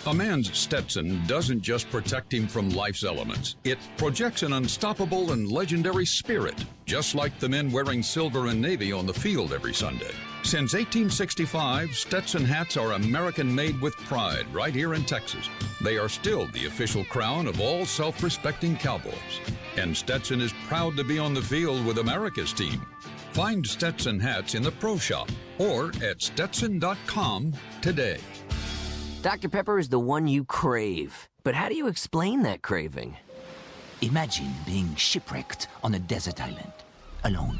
Speaker 10: A man's Stetson doesn't just protect him from life's elements, it projects an unstoppable and legendary spirit, just like the men wearing silver and navy on the field every Sunday. Since 1865, Stetson hats are American made with pride right here in Texas. They are still the official crown of all self respecting cowboys. And Stetson is proud to be on the field with America's team. Find Stetson hats in the pro shop or at stetson.com today.
Speaker 11: Dr. Pepper is the one you crave. But how do you explain that craving?
Speaker 12: Imagine being shipwrecked on a desert island, alone.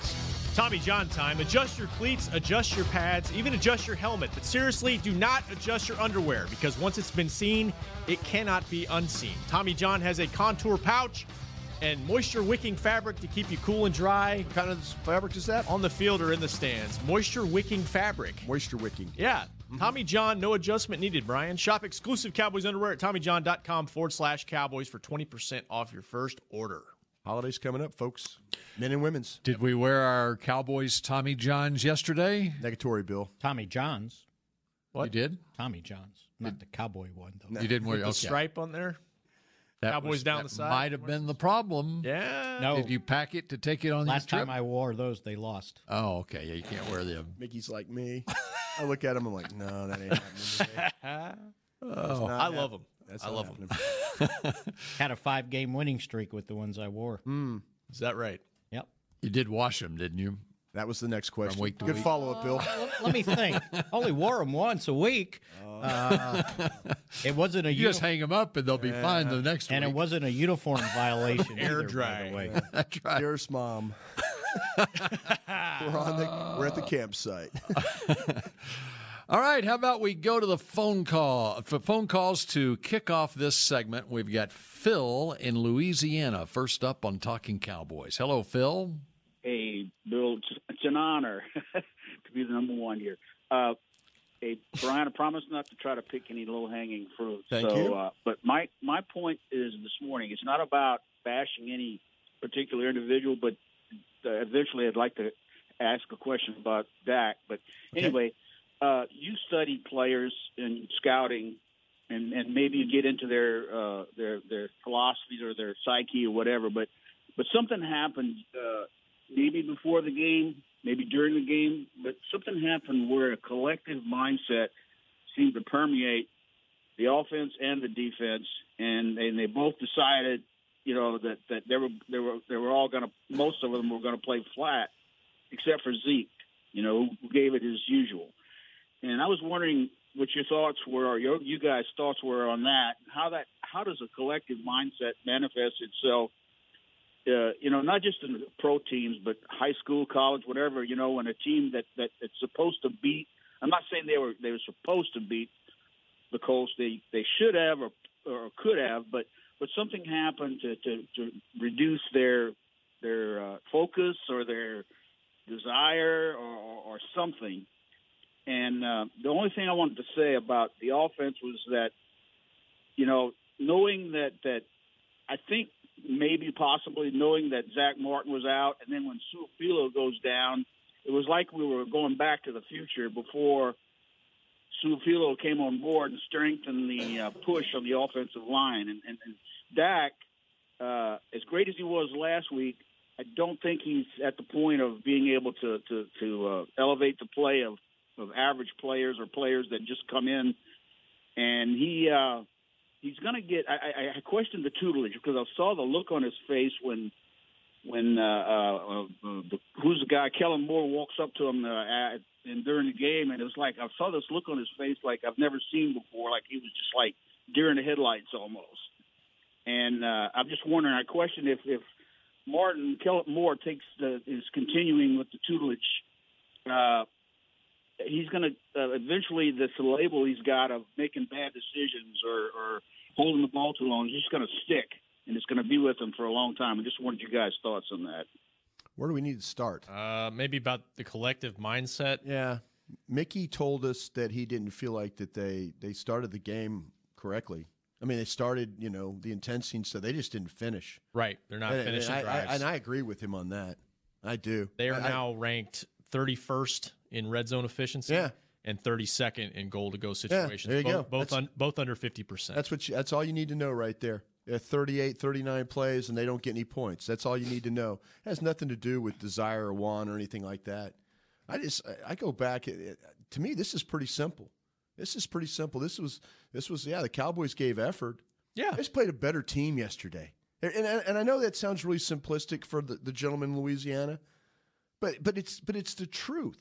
Speaker 6: Tommy John time. Adjust your cleats, adjust your pads, even adjust your helmet. But seriously, do not adjust your underwear because once it's been seen, it cannot be unseen. Tommy John has a contour pouch and moisture wicking fabric to keep you cool and dry.
Speaker 5: What kind of fabric is that?
Speaker 6: On the field or in the stands. Moisture wicking fabric.
Speaker 5: Moisture wicking.
Speaker 6: Yeah.
Speaker 5: Mm-hmm.
Speaker 6: Tommy John, no adjustment needed, Brian. Shop exclusive Cowboys underwear at TommyJohn.com forward slash Cowboys for 20% off your first order.
Speaker 5: Holidays coming up, folks. Men and women's.
Speaker 4: Did we wear our Cowboys Tommy Johns yesterday?
Speaker 5: Negatory, Bill.
Speaker 2: Tommy John's.
Speaker 4: What? You did?
Speaker 2: Tommy John's. Not the cowboy one, though.
Speaker 4: You didn't wear
Speaker 6: The
Speaker 4: okay.
Speaker 6: stripe on there.
Speaker 4: That
Speaker 6: Cowboys
Speaker 4: was-
Speaker 6: down
Speaker 4: that
Speaker 6: the side.
Speaker 4: Might have been the problem.
Speaker 6: Yeah.
Speaker 2: No.
Speaker 4: Did you pack it to take it on
Speaker 2: Last
Speaker 4: your trip?
Speaker 2: time I wore those, they lost.
Speaker 4: Oh, okay. Yeah, you can't wear um, them.
Speaker 5: Mickey's like me. I look at him. I'm like, no, that ain't happening. today.
Speaker 6: I love them.
Speaker 5: That's
Speaker 6: I
Speaker 5: not
Speaker 6: love them.
Speaker 5: happening.
Speaker 2: Oh. Had a five game winning streak with the ones I wore.
Speaker 5: Hmm.
Speaker 6: Is that right?
Speaker 2: Yep.
Speaker 4: You did wash them, didn't you?
Speaker 5: That was the next question.
Speaker 4: week to
Speaker 5: Good
Speaker 4: week.
Speaker 5: follow up, Bill.
Speaker 2: Uh, Let me think. Only wore them once a week.
Speaker 5: Oh.
Speaker 2: Uh, it wasn't a
Speaker 4: You just
Speaker 2: uni-
Speaker 4: hang them up and they'll be fine the next
Speaker 2: and it
Speaker 4: week.
Speaker 2: wasn't a uniform violation.
Speaker 6: Air
Speaker 2: either, By
Speaker 6: dry.
Speaker 2: the way.
Speaker 4: That's right.
Speaker 5: Dearest mom. we're on the we're at
Speaker 4: Ah.
Speaker 5: the campsite.
Speaker 4: All right, how about we go to the phone call for phone calls to kick off this segment. We've got Phil in Louisiana first up on Talking Cowboys. Hello, Phil.
Speaker 13: Hey, Bill, it's it's an honor to be the number one here. Uh, hey, Brian, I promise not to try to pick any low hanging fruit.
Speaker 5: Thank
Speaker 13: so,
Speaker 5: you.
Speaker 13: Uh, but my my point is this morning. It's not about bashing any particular individual, but uh, eventually I'd like to ask a question about Dak. But anyway, uh, you study players in scouting, and, and maybe you get into their uh, their their philosophies or their psyche or whatever. But but something happened. Uh, maybe before the game, maybe during the game, but something happened where a collective mindset seemed to permeate the offense and the defense, and and they both decided, you know, that that they were they were they were all going to most of them were going to play flat, except for Zeke, you know, who gave it his usual. And I was wondering what your thoughts were, or your you guys' thoughts were on that. How that how does a collective mindset manifest itself uh, you know, not just in the pro teams, but high school, college, whatever, you know, and a team that that it's supposed to beat. I'm not saying they were they were supposed to beat the Colts. They they should have or or could have, but but something happened to to, to reduce their their uh, focus or their desire or, or, or something. And uh, the only thing I wanted to say about the offense was that, you know, knowing that that I think maybe possibly knowing that Zach Martin was out, and then when Sue Filo goes down, it was like we were going back to the future before Sue Filo came on board and strengthened the uh, push on the offensive line. And, and, and Dak, uh, as great as he was last week, I don't think he's at the point of being able to to, to uh, elevate the play of of average players or players that just come in. And he uh, he's going to get. I, I, I questioned the tutelage because I saw the look on his face when when uh, uh, uh, the, who's the guy Kellen Moore walks up to him uh, at, and during the game, and it was like I saw this look on his face like I've never seen before. Like he was just like deer in the headlights almost. And uh, I'm just wondering. I question if if Martin Kellen Moore takes the, is continuing with the tutelage. Uh, he's going to uh, eventually this label he's got of making bad decisions or, or holding the ball too long is just going to stick and it's going to be with him for a long time. I just wanted you guys' thoughts on that.
Speaker 5: Where do we need to start?
Speaker 6: Uh, maybe about the collective mindset.
Speaker 5: Yeah, Mickey told us that he didn't feel like that they they started the game correctly. I mean, they started, you know, the intensity, so they just didn't finish.
Speaker 6: Right, they're not
Speaker 5: and,
Speaker 6: finishing
Speaker 5: and I,
Speaker 6: drives.
Speaker 5: I, and I agree with him on that. I do.
Speaker 6: They are
Speaker 5: I-
Speaker 6: now ranked 31st in red zone efficiency
Speaker 5: Yeah.
Speaker 6: and 32nd in goal to go situations.
Speaker 5: there you
Speaker 6: both,
Speaker 5: go.
Speaker 6: Both,
Speaker 5: That's-
Speaker 6: un, both under 50%.
Speaker 5: That's what you, that's all you need to know right there. They're 38, 39 plays, and they don't get any points. That's all you need to know. It has nothing to do with desire or want or anything like that. I just I- I go back. it- it- To me, this is pretty simple. This is pretty simple. This was this was yeah. The Cowboys gave effort.
Speaker 6: Yeah,
Speaker 5: they just played a better team yesterday. And and, and I know that sounds really simplistic for the, the gentleman in Louisiana, but but it's but it's the truth.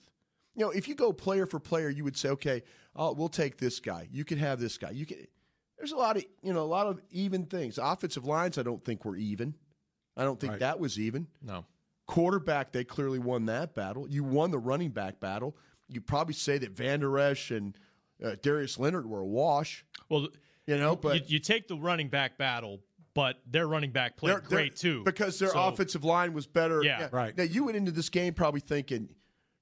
Speaker 5: You know, if you go player for player, you would say, okay, i we'll take this guy. You can have this guy. You can. There's a lot of you know a lot of even things. Offensive lines, I don't think were even. I don't think that was even.
Speaker 6: No.
Speaker 5: Quarterback, they clearly won that battle. You won the running back battle. You probably say that Van Der Esch and uh, Darius Leonard were a wash.
Speaker 6: Well,
Speaker 5: you know, but
Speaker 6: you, you take the running back battle, but their running back played
Speaker 5: They're- they're-
Speaker 6: great too.
Speaker 5: because their
Speaker 6: So-
Speaker 5: offensive line was better.
Speaker 6: Yeah.
Speaker 5: right. Now you went into this game probably thinking,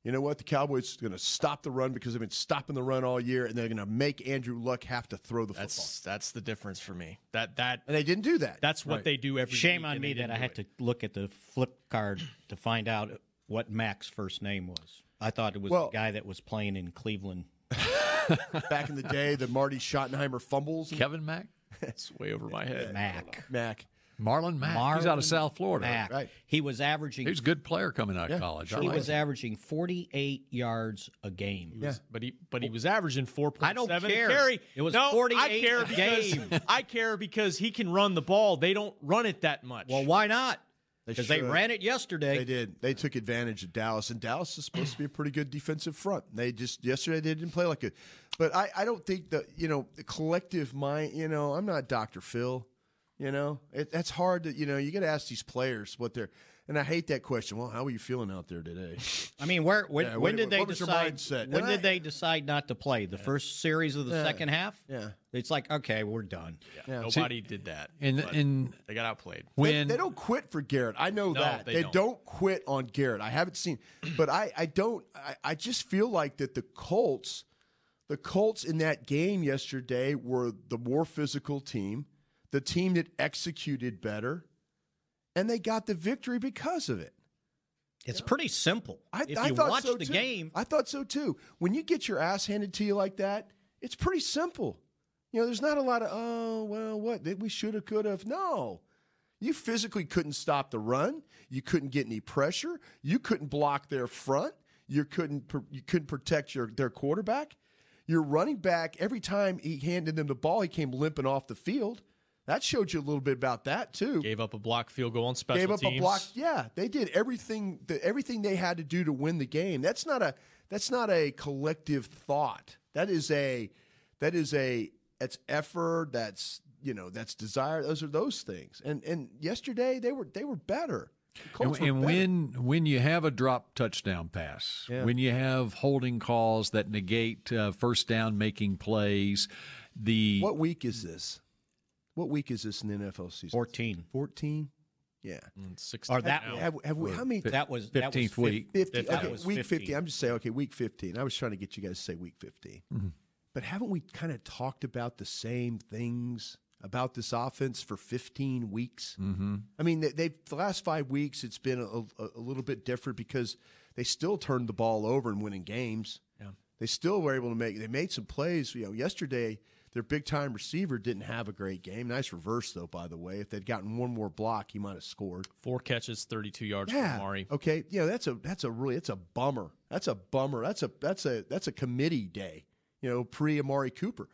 Speaker 5: you know what, the Cowboys going to stop the run because they've been stopping the run all year, and they're going to make Andrew Luck have to throw the
Speaker 6: That's that's the difference for me. That that
Speaker 5: and they didn't do that.
Speaker 6: That's what they do every.
Speaker 2: Shame
Speaker 6: week,
Speaker 2: on
Speaker 6: and
Speaker 2: me
Speaker 6: they
Speaker 2: that
Speaker 6: didn't
Speaker 2: I
Speaker 6: do
Speaker 2: had
Speaker 6: it.
Speaker 2: to look at the flip card to find out what Mac's first name was. I thought it was
Speaker 5: Well-
Speaker 2: the guy that was playing in Cleveland.
Speaker 5: football. Back in the day, the Marty Schottenheimer fumbles.
Speaker 4: Kevin Mack.
Speaker 6: It's way over my head.
Speaker 2: Mac.
Speaker 5: Mac.
Speaker 4: Marlon Mack. He's out of
Speaker 2: Marlon
Speaker 4: South Florida.
Speaker 2: Mack.
Speaker 4: Right.
Speaker 2: He was averaging.
Speaker 4: He was a good player coming out of college. I
Speaker 2: He
Speaker 4: like
Speaker 2: was
Speaker 4: him.
Speaker 2: averaging 48 yards a game.
Speaker 6: He was- But he but he was averaging four point
Speaker 2: I
Speaker 6: seven.
Speaker 2: don't care.
Speaker 6: Carry.
Speaker 2: It was
Speaker 6: no,
Speaker 2: 48
Speaker 6: I care
Speaker 2: a
Speaker 6: because
Speaker 2: game.
Speaker 6: I care because he can run the ball. They don't run it that much. Well,
Speaker 2: why not?
Speaker 6: Because they
Speaker 5: should.
Speaker 2: ran it yesterday.
Speaker 5: They did. They took advantage of Dallas, and Dallas is supposed to be a pretty good defensive front. They just yesterday they didn't play like it. But I, I don't think the you know the collective mind. You know, I'm not Dr. Phil. You know, it, that's hard to you know you got to ask these players what they're. And I hate that question. Well, how are you feeling out there today?
Speaker 2: I mean, where when,
Speaker 5: Yeah,
Speaker 2: when
Speaker 5: what-
Speaker 2: did they
Speaker 5: what was your
Speaker 2: decide?
Speaker 5: mindset?
Speaker 2: When
Speaker 5: And I-
Speaker 2: did they decide not to play the first series of the
Speaker 5: Yeah.
Speaker 2: second half?
Speaker 5: Yeah.
Speaker 2: it's like okay, we're done.
Speaker 5: Yeah.
Speaker 6: Nobody did that.
Speaker 4: And
Speaker 6: but
Speaker 4: and
Speaker 6: they got outplayed.
Speaker 5: they, they don't quit for Garrett. I know
Speaker 6: No,
Speaker 5: that
Speaker 6: they
Speaker 5: they,
Speaker 6: don't.
Speaker 5: don't. quit on Garrett. I haven't seen, but I I don't. I, I just feel like that the Colts, the Colts in that game yesterday were the more physical team, the team that executed better, and they got the victory because of it.
Speaker 2: It's pretty simple.
Speaker 5: I,
Speaker 2: if
Speaker 5: I
Speaker 2: you
Speaker 5: thought
Speaker 2: watch
Speaker 5: so
Speaker 2: the
Speaker 5: too.
Speaker 2: game,
Speaker 5: I thought so too. When you get your ass handed to you like that, it's pretty simple. You know, there's not a lot of oh well, what that we should have, could have. No, you physically couldn't stop the run. You couldn't get any pressure. You couldn't block their front. You couldn't pr- you couldn't protect your their quarterback. Your running back every time he handed them the ball, he came limping off the field. That showed you a little bit about that too
Speaker 6: Gave up a block field goal on special
Speaker 5: gave up
Speaker 6: teams.
Speaker 5: a block. Yeah, they did everything the, everything they had to do to win the game. That's not a that's not a collective thought. That is a that is a that's effort. That's you know that's desire. Those are those things. And and yesterday they were they were better. The
Speaker 4: And,
Speaker 5: Colts were
Speaker 4: and
Speaker 5: better.
Speaker 4: when when you have a drop touchdown pass,
Speaker 5: Yeah.
Speaker 4: when you have holding calls that negate uh, first down making plays, the
Speaker 5: what week is this? What week is this in the NFL season?
Speaker 2: Fourteen.
Speaker 5: Fourteen. Yeah.
Speaker 6: Six
Speaker 2: or that
Speaker 5: Have- have- have we- how many?
Speaker 2: Mm, that was that was
Speaker 4: 15th
Speaker 2: fif-
Speaker 4: week.
Speaker 5: 50.
Speaker 2: that
Speaker 5: okay,
Speaker 2: was
Speaker 5: week 50. I'm just saying, okay, week 15. I was trying to get you guys to say week 15. But haven't we kind of talked about the same things? about this offense for 15 weeks.
Speaker 4: Mm-hmm.
Speaker 5: I mean, they, they've the last five weeks it's been a, a, a little bit different because they still turned the ball over and winning games.
Speaker 6: Yeah.
Speaker 5: They still were able to make. They made some plays. You know, yesterday their big time receiver didn't have a great game. Nice reverse though, by the way. If they'd gotten one more block, he might have scored.
Speaker 6: Four catches, 32 yards
Speaker 5: Yeah.
Speaker 6: for Amari.
Speaker 5: Okay. You know, that's a that's a really that's a bummer. That's a bummer. That's a that's a that's a committee day. You know, pre Amari Cooper.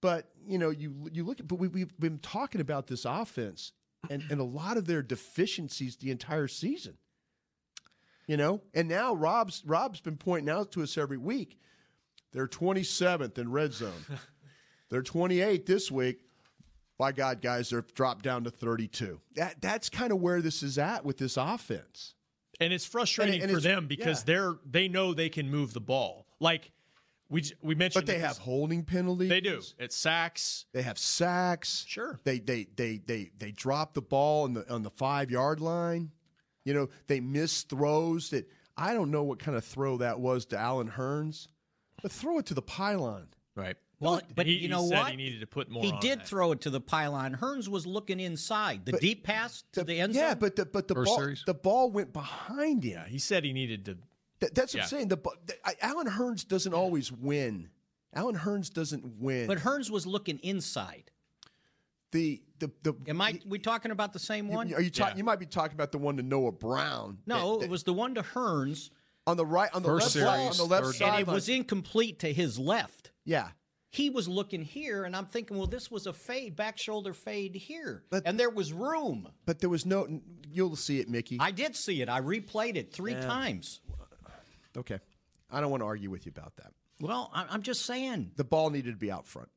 Speaker 5: But you know, you you look at but we, we've been talking about this offense and and a lot of their deficiencies the entire season. You know, and now Rob's Rob's been pointing out to us every week. They're 27th in red zone. They're 28 this week. By God, guys, they're dropped down to 32. That that's kind of where this is at with this offense.
Speaker 6: And it's frustrating
Speaker 5: And- and
Speaker 6: for
Speaker 5: it's-
Speaker 6: them because
Speaker 5: yeah.
Speaker 6: they're they know they can move the ball. Like we j- we mentioned,
Speaker 5: But they
Speaker 6: it
Speaker 5: have
Speaker 6: was-
Speaker 5: holding penalties.
Speaker 6: They do. It's sacks.
Speaker 5: They have sacks.
Speaker 6: Sure.
Speaker 5: They they they they they drop the ball on the on the five yard line. You know they miss throws that I don't know what kind of throw that was to Alan Hearns, but throw it to the pylon.
Speaker 6: Right.
Speaker 2: Well, but
Speaker 6: He-
Speaker 2: you
Speaker 6: he
Speaker 2: know
Speaker 6: said
Speaker 2: what?
Speaker 6: he needed to put more
Speaker 2: He
Speaker 6: on
Speaker 2: did
Speaker 6: that.
Speaker 2: throw it to the pylon. Hearns was looking inside. The deep pass to the end zone.
Speaker 5: Yeah, but the but the
Speaker 2: First
Speaker 5: ball
Speaker 2: series.
Speaker 5: the ball went behind him.
Speaker 6: Yeah, he said he needed to.
Speaker 5: Th- that's what
Speaker 6: Yeah.
Speaker 5: I'm saying. The, bu- the I- Alan Hearns doesn't always win. Alan Hearns doesn't win.
Speaker 2: But Hearns was looking inside.
Speaker 5: the the the
Speaker 2: Am I? we talking about the same one?
Speaker 5: you, are you talking? You might be talking about the one to Noah Brown.
Speaker 2: No, it was the one to Hearns
Speaker 5: on the right on the
Speaker 2: First
Speaker 5: left side-
Speaker 2: series,
Speaker 5: on the left
Speaker 2: third
Speaker 5: side.
Speaker 2: down. And it was incomplete to his left.
Speaker 5: Yeah.
Speaker 2: He was looking here, and I'm thinking, well, this was a fade, back shoulder fade here, and there was room.
Speaker 5: But there was no. You'll see it, Mickey.
Speaker 2: I did see it. I replayed it three
Speaker 5: Yeah.
Speaker 2: times.
Speaker 5: Okay. I don't want to argue with you about that.
Speaker 2: Well, I- I'm just saying.
Speaker 5: The ball needed to be out front.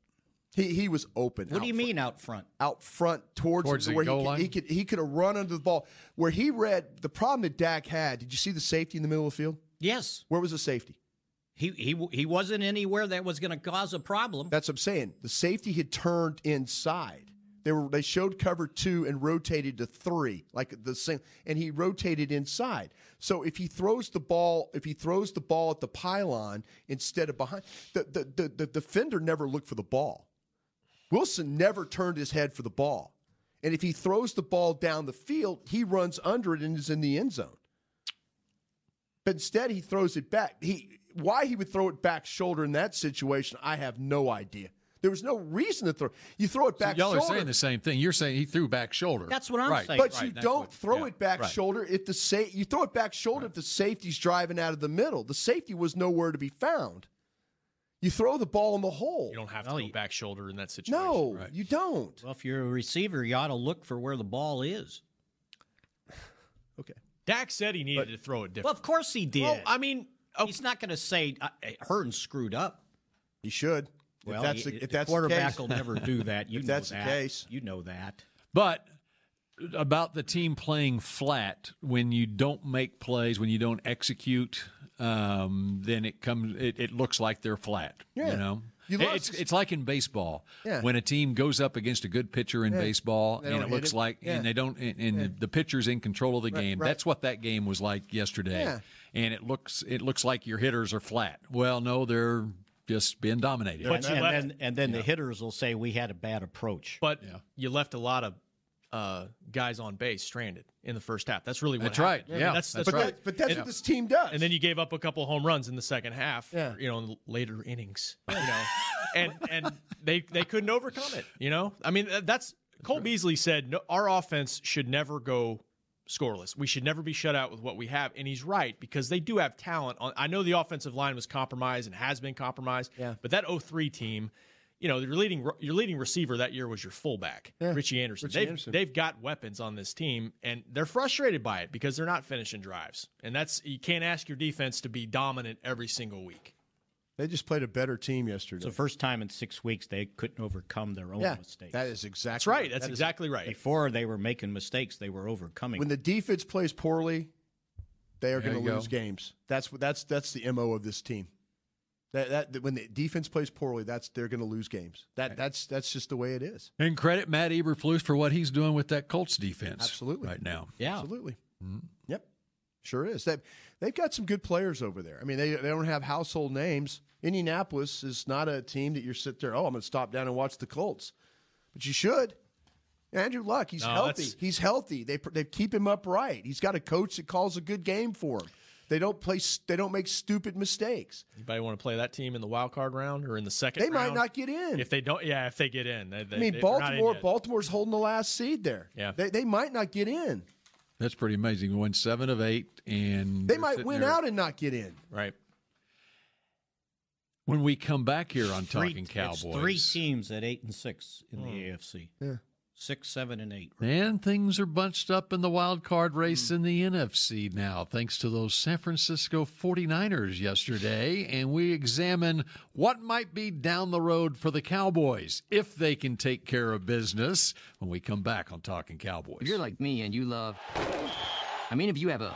Speaker 5: He he was open.
Speaker 2: What
Speaker 5: out
Speaker 2: do you
Speaker 5: front.
Speaker 2: mean out front?
Speaker 5: Out front towards,
Speaker 2: Towards
Speaker 5: him,
Speaker 2: the
Speaker 5: where
Speaker 2: goal
Speaker 5: he, could,
Speaker 2: line?
Speaker 5: he could he could have run under the ball. Where he read the problem that Dak had. Did you see the safety in the middle of the field?
Speaker 2: Yes.
Speaker 5: Where was the safety?
Speaker 2: He he w- he wasn't anywhere that was going to cause a problem.
Speaker 5: That's what I'm saying. The safety had turned inside. They were they showed cover two and rotated to three, like the same, and he rotated inside. So if he throws the ball, if he throws the ball at the pylon instead of behind, the the the, the defender never looked for the ball. Wilson never turned his head for the ball, and if he throws the ball down the field, he runs under it and is in the end zone. But instead, he throws it back. He why he would throw it back shoulder in that situation, I have no idea. There was no reason to throw. You throw it
Speaker 4: So
Speaker 5: back
Speaker 4: y'all
Speaker 5: shoulder.
Speaker 4: are saying the same thing. You're saying he threw back shoulder.
Speaker 5: But
Speaker 4: Right, right,
Speaker 5: you
Speaker 4: that's
Speaker 5: don't
Speaker 4: what-
Speaker 5: throw
Speaker 4: yeah,
Speaker 5: it back
Speaker 4: right.
Speaker 5: shoulder if the sa- you throw it back shoulder if the safety's driving out of the middle. The safety was nowhere to be found. You throw the ball in the hole.
Speaker 6: You don't have to go back shoulder in that situation.
Speaker 5: No, you don't.
Speaker 2: Well, if you're a receiver, you ought to look for where the ball is.
Speaker 5: okay.
Speaker 6: Dak said he needed to throw it different.
Speaker 2: Well, of course he did.
Speaker 6: Well, I mean, oh.
Speaker 2: he's not going to say uh, Hurton screwed up.
Speaker 5: He should.
Speaker 2: Well,
Speaker 5: that's
Speaker 2: he-
Speaker 5: the- if
Speaker 2: the
Speaker 5: that's the
Speaker 2: quarterback
Speaker 5: case.
Speaker 2: will never do that. You
Speaker 5: If
Speaker 2: know
Speaker 5: that's the
Speaker 2: that.
Speaker 5: case.
Speaker 2: you know that.
Speaker 4: But about the team playing flat when you don't make plays, when you don't execute, um, then it comes. It, it looks like they're flat.
Speaker 5: Yeah.
Speaker 4: You know.
Speaker 5: You
Speaker 4: It-
Speaker 5: lost-
Speaker 4: it's it's like in baseball
Speaker 5: Yeah.
Speaker 4: when a team goes up against a good pitcher in
Speaker 5: Yeah.
Speaker 4: baseball
Speaker 5: They
Speaker 4: and
Speaker 5: don't
Speaker 4: it
Speaker 5: hit
Speaker 4: looks
Speaker 5: it.
Speaker 4: like
Speaker 5: Yeah.
Speaker 4: and they don't and, and the, the pitcher's in control of the
Speaker 5: Right,
Speaker 4: game.
Speaker 5: right.
Speaker 4: That's what that game was like yesterday.
Speaker 5: Yeah.
Speaker 4: And it looks it looks like your hitters are flat. Well, no, they're just being dominated.
Speaker 2: and, and then, and then the hitters will say we had a bad approach.
Speaker 6: But you left a lot of uh, guys on base stranded in the first half. That's really what
Speaker 4: That's right.
Speaker 6: happened.
Speaker 4: Yeah,
Speaker 6: that's,
Speaker 4: that's
Speaker 6: that's
Speaker 4: right.
Speaker 6: what-
Speaker 4: But that's
Speaker 6: and-
Speaker 4: what
Speaker 5: this team does.
Speaker 6: And then you gave up a couple home runs in the second half.
Speaker 5: Yeah.
Speaker 6: you know, in the later innings. You know, and and they they couldn't overcome it. You know, I mean, that- that's Cole Beasley said no, our offense should never go scoreless. We should never be shut out with what we have, and he's right because they do have talent. On I know the offensive line was compromised and has been compromised.
Speaker 5: Yeah.
Speaker 6: but that 03 team. You know, your leading your leading receiver that year was your fullback,
Speaker 5: Yeah.
Speaker 6: Richie Anderson.
Speaker 5: Richie
Speaker 6: they've,
Speaker 5: Anderson.
Speaker 6: they've got weapons on this team, and they're frustrated by it because they're not finishing drives. And that's you can't ask your defense to be dominant every single week.
Speaker 5: They just played a better team yesterday.
Speaker 2: It's the first time in six weeks they couldn't overcome their own
Speaker 5: yeah,
Speaker 2: mistakes.
Speaker 5: that is exactly
Speaker 6: That's right. That's
Speaker 5: That is-
Speaker 6: exactly right.
Speaker 2: Before they were making mistakes, they were overcoming.
Speaker 5: When the defense plays poorly, they are
Speaker 2: There
Speaker 5: going
Speaker 2: you
Speaker 5: to
Speaker 2: go.
Speaker 5: lose games. That's what- that's that's the mo of this team. That, that, that when the defense plays poorly, that's they're going to lose games. That that's that's just the way it is.
Speaker 4: And credit Matt Eberflus for what he's doing with that Colts defense.
Speaker 5: Absolutely.
Speaker 4: Right now.
Speaker 2: Yeah.
Speaker 5: Absolutely. Mm-hmm. Yep. Sure is. That they've got some good players over there. I mean, they they don't have household names. Indianapolis is not a team that you're sit there. Oh, I'm going to stop down and watch the Colts. but you should. Andrew Luck, he's
Speaker 6: No,
Speaker 5: healthy.
Speaker 6: that's-
Speaker 5: He's healthy. They they keep him upright. He's got a coach that calls a good game for him. They don't play. s- They don't make stupid mistakes.
Speaker 6: Anybody want to play that team in the wild card round or in the second?
Speaker 5: They might
Speaker 6: round?
Speaker 5: not get in.
Speaker 6: if they don't. Yeah, if they get in, they, they,
Speaker 5: I mean,
Speaker 6: they're not in
Speaker 5: Baltimore.
Speaker 6: yet.
Speaker 5: Baltimore's holding the last seed there.
Speaker 4: Yeah.
Speaker 5: They, they might not get in.
Speaker 4: That's pretty amazing. We won seven of eight, and
Speaker 5: They
Speaker 4: they're
Speaker 5: might
Speaker 4: sitting
Speaker 5: win
Speaker 4: there-
Speaker 5: out and not get in.
Speaker 6: Right.
Speaker 4: When we come back here on
Speaker 2: Three-
Speaker 4: Talking
Speaker 2: it's
Speaker 4: Cowboys,
Speaker 2: three teams at eight and six in the AFC.
Speaker 5: Hmm. Yeah.
Speaker 2: Six, seven, and eight.
Speaker 4: And things are bunched up in the wild card
Speaker 8: Hmm.
Speaker 4: race in the NFC now, thanks to those San Francisco 49ers yesterday. And we examine what might be down the road for the Cowboys if they can take care of business when we come back on Talking Cowboys.
Speaker 8: If you're like me and you love. I mean, if you have a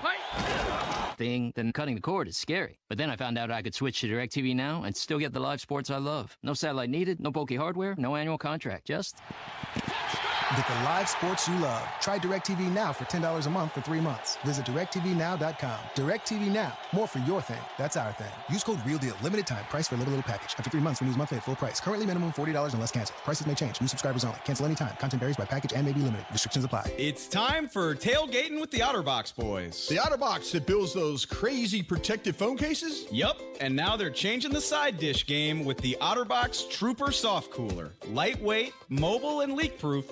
Speaker 8: thing, then cutting the cord is scary. But then I found out I could switch to DirecTV Now and still get the live sports I love. No satellite needed, no bulky hardware, no annual contract, just
Speaker 9: Get the live sports you love. Try DirecTV Now for $10 a month for three months. Visit DirecTVNow.com. DirecTV Now, more for your thing. That's our thing. Use code REALDEAL. Limited time. Price for a little, little package. After three months, renews monthly at full price. Currently minimum $40 unless canceled. Prices may change. New subscribers only. Cancel anytime. Content varies by package and may be limited. Restrictions apply.
Speaker 14: It's time for tailgating with the Otterbox boys.
Speaker 15: The Otterbox that builds those crazy protective phone cases?
Speaker 14: Yup, and now they're changing the side dish game with the Otterbox Trooper Soft Cooler. Lightweight, mobile, and leak proof,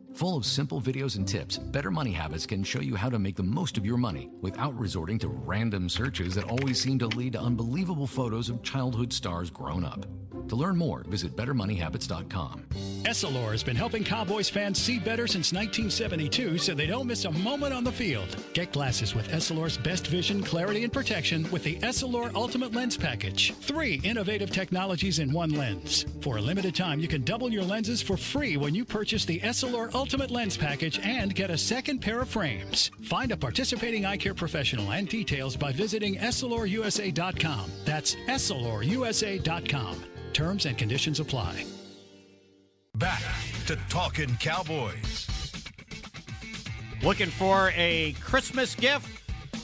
Speaker 16: Full of simple videos and tips, Better Money Habits can show you how to make the most of your money without resorting to random searches that always seem to lead to unbelievable photos of childhood stars grown up. To learn more, visit BetterMoneyHabits.com.
Speaker 7: Essilor has been helping Cowboys fans see better since 1972 so they don't miss a moment on the field. Get glasses with Essilor's best vision, clarity, and protection with the Essilor Ultimate Lens Package. Three innovative technologies in one lens. For a limited time, you can double your lenses for free when you purchase the Essilor Ultimate Lens Package and get a second pair of frames. Find a participating eye care professional and details by visiting EssilorUSA.com. That's EssilorUSA.com. Terms and conditions apply.
Speaker 1: Back to Talking Cowboys.
Speaker 2: Looking for a Christmas gift?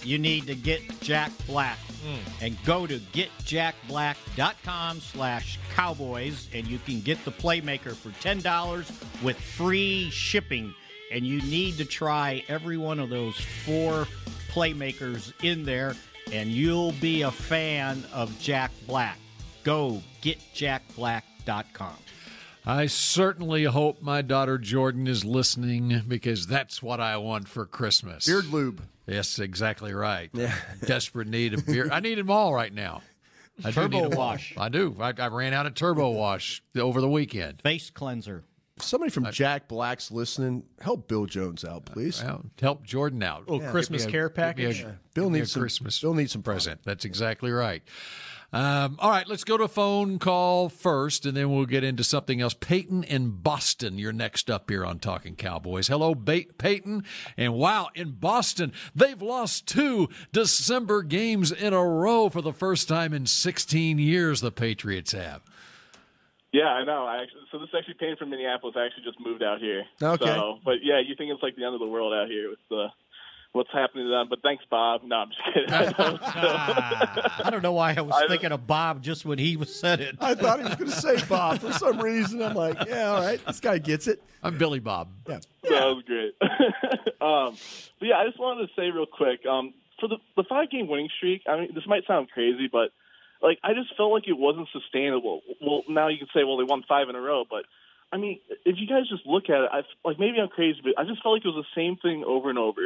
Speaker 2: You need to get Jack Black. And go to getjackblack.com slash cowboys, and you can get the Playmaker for $10 with free shipping. And you need to try every one of those four Playmakers in there, and you'll be a fan of Jack Black. Go getjackblack.com.
Speaker 4: I certainly hope my daughter Jordan is listening because that's what I want for Christmas. Beard
Speaker 5: lube.
Speaker 4: Yes, exactly right. Desperate need of beard. I need them all right now. I do
Speaker 2: Turbo
Speaker 4: need 'em all.
Speaker 2: wash.
Speaker 4: I do. I, I ran out of turbo wash over the weekend.
Speaker 2: Face cleanser.
Speaker 5: If somebody from Jack Black's listening, help Bill Jones out, please.
Speaker 4: help Jordan out.
Speaker 5: Oh,
Speaker 4: Yeah,
Speaker 5: Christmas
Speaker 4: give me
Speaker 5: care
Speaker 4: give me
Speaker 5: package? Yeah. Bill
Speaker 4: give me
Speaker 5: needs some-
Speaker 4: Christmas. Bill needs some present. That's exactly right. Um, all right, let's go to a phone call first, and then we'll get into something else. Peyton in Boston, you're next up here on Talking Cowboys. Hello, ba- Peyton, and wow, in Boston, they've lost two December games in a row for the first time in 16 years. The Patriots have.
Speaker 17: Yeah, I know. I actually, so this actually came from Minneapolis. I actually just moved out here.
Speaker 4: Okay.
Speaker 17: So, but yeah, you think it's like the end of the world out here with the what's happening to them. But thanks, Bob. No, I'm just kidding. I don't.
Speaker 2: I don't know why I was thinking of Bob just when he was said it.
Speaker 5: I thought he was going to say Bob for some reason. I'm like, yeah, all right, this guy gets it.
Speaker 4: I'm Billy Bob.
Speaker 5: Yeah.
Speaker 17: That was great. um, but yeah, I just wanted to say real quick um, for the the five game winning streak. I mean, this might sound crazy, but Like I just felt like it wasn't sustainable. Well, now you can say, well, they won five in a row, but I mean, if you guys just look at it, I, like maybe I'm crazy, but I just felt like it was the same thing over and over,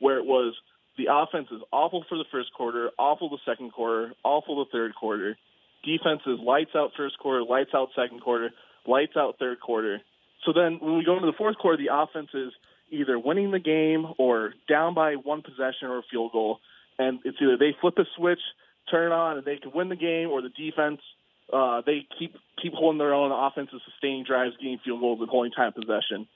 Speaker 17: where it was the offense is awful for the first quarter, awful the second quarter, awful the third quarter. Defense is lights out first quarter, lights out second quarter, lights out third quarter. So then when we go into the fourth quarter, the offense is either winning the game or down by one possession or a field goal. And it's either they flip a switch, turn it on, and they can win the game, or the defense uh, they keep keep holding their own. The offense is sustaining drives, getting field goals, and holding time possession.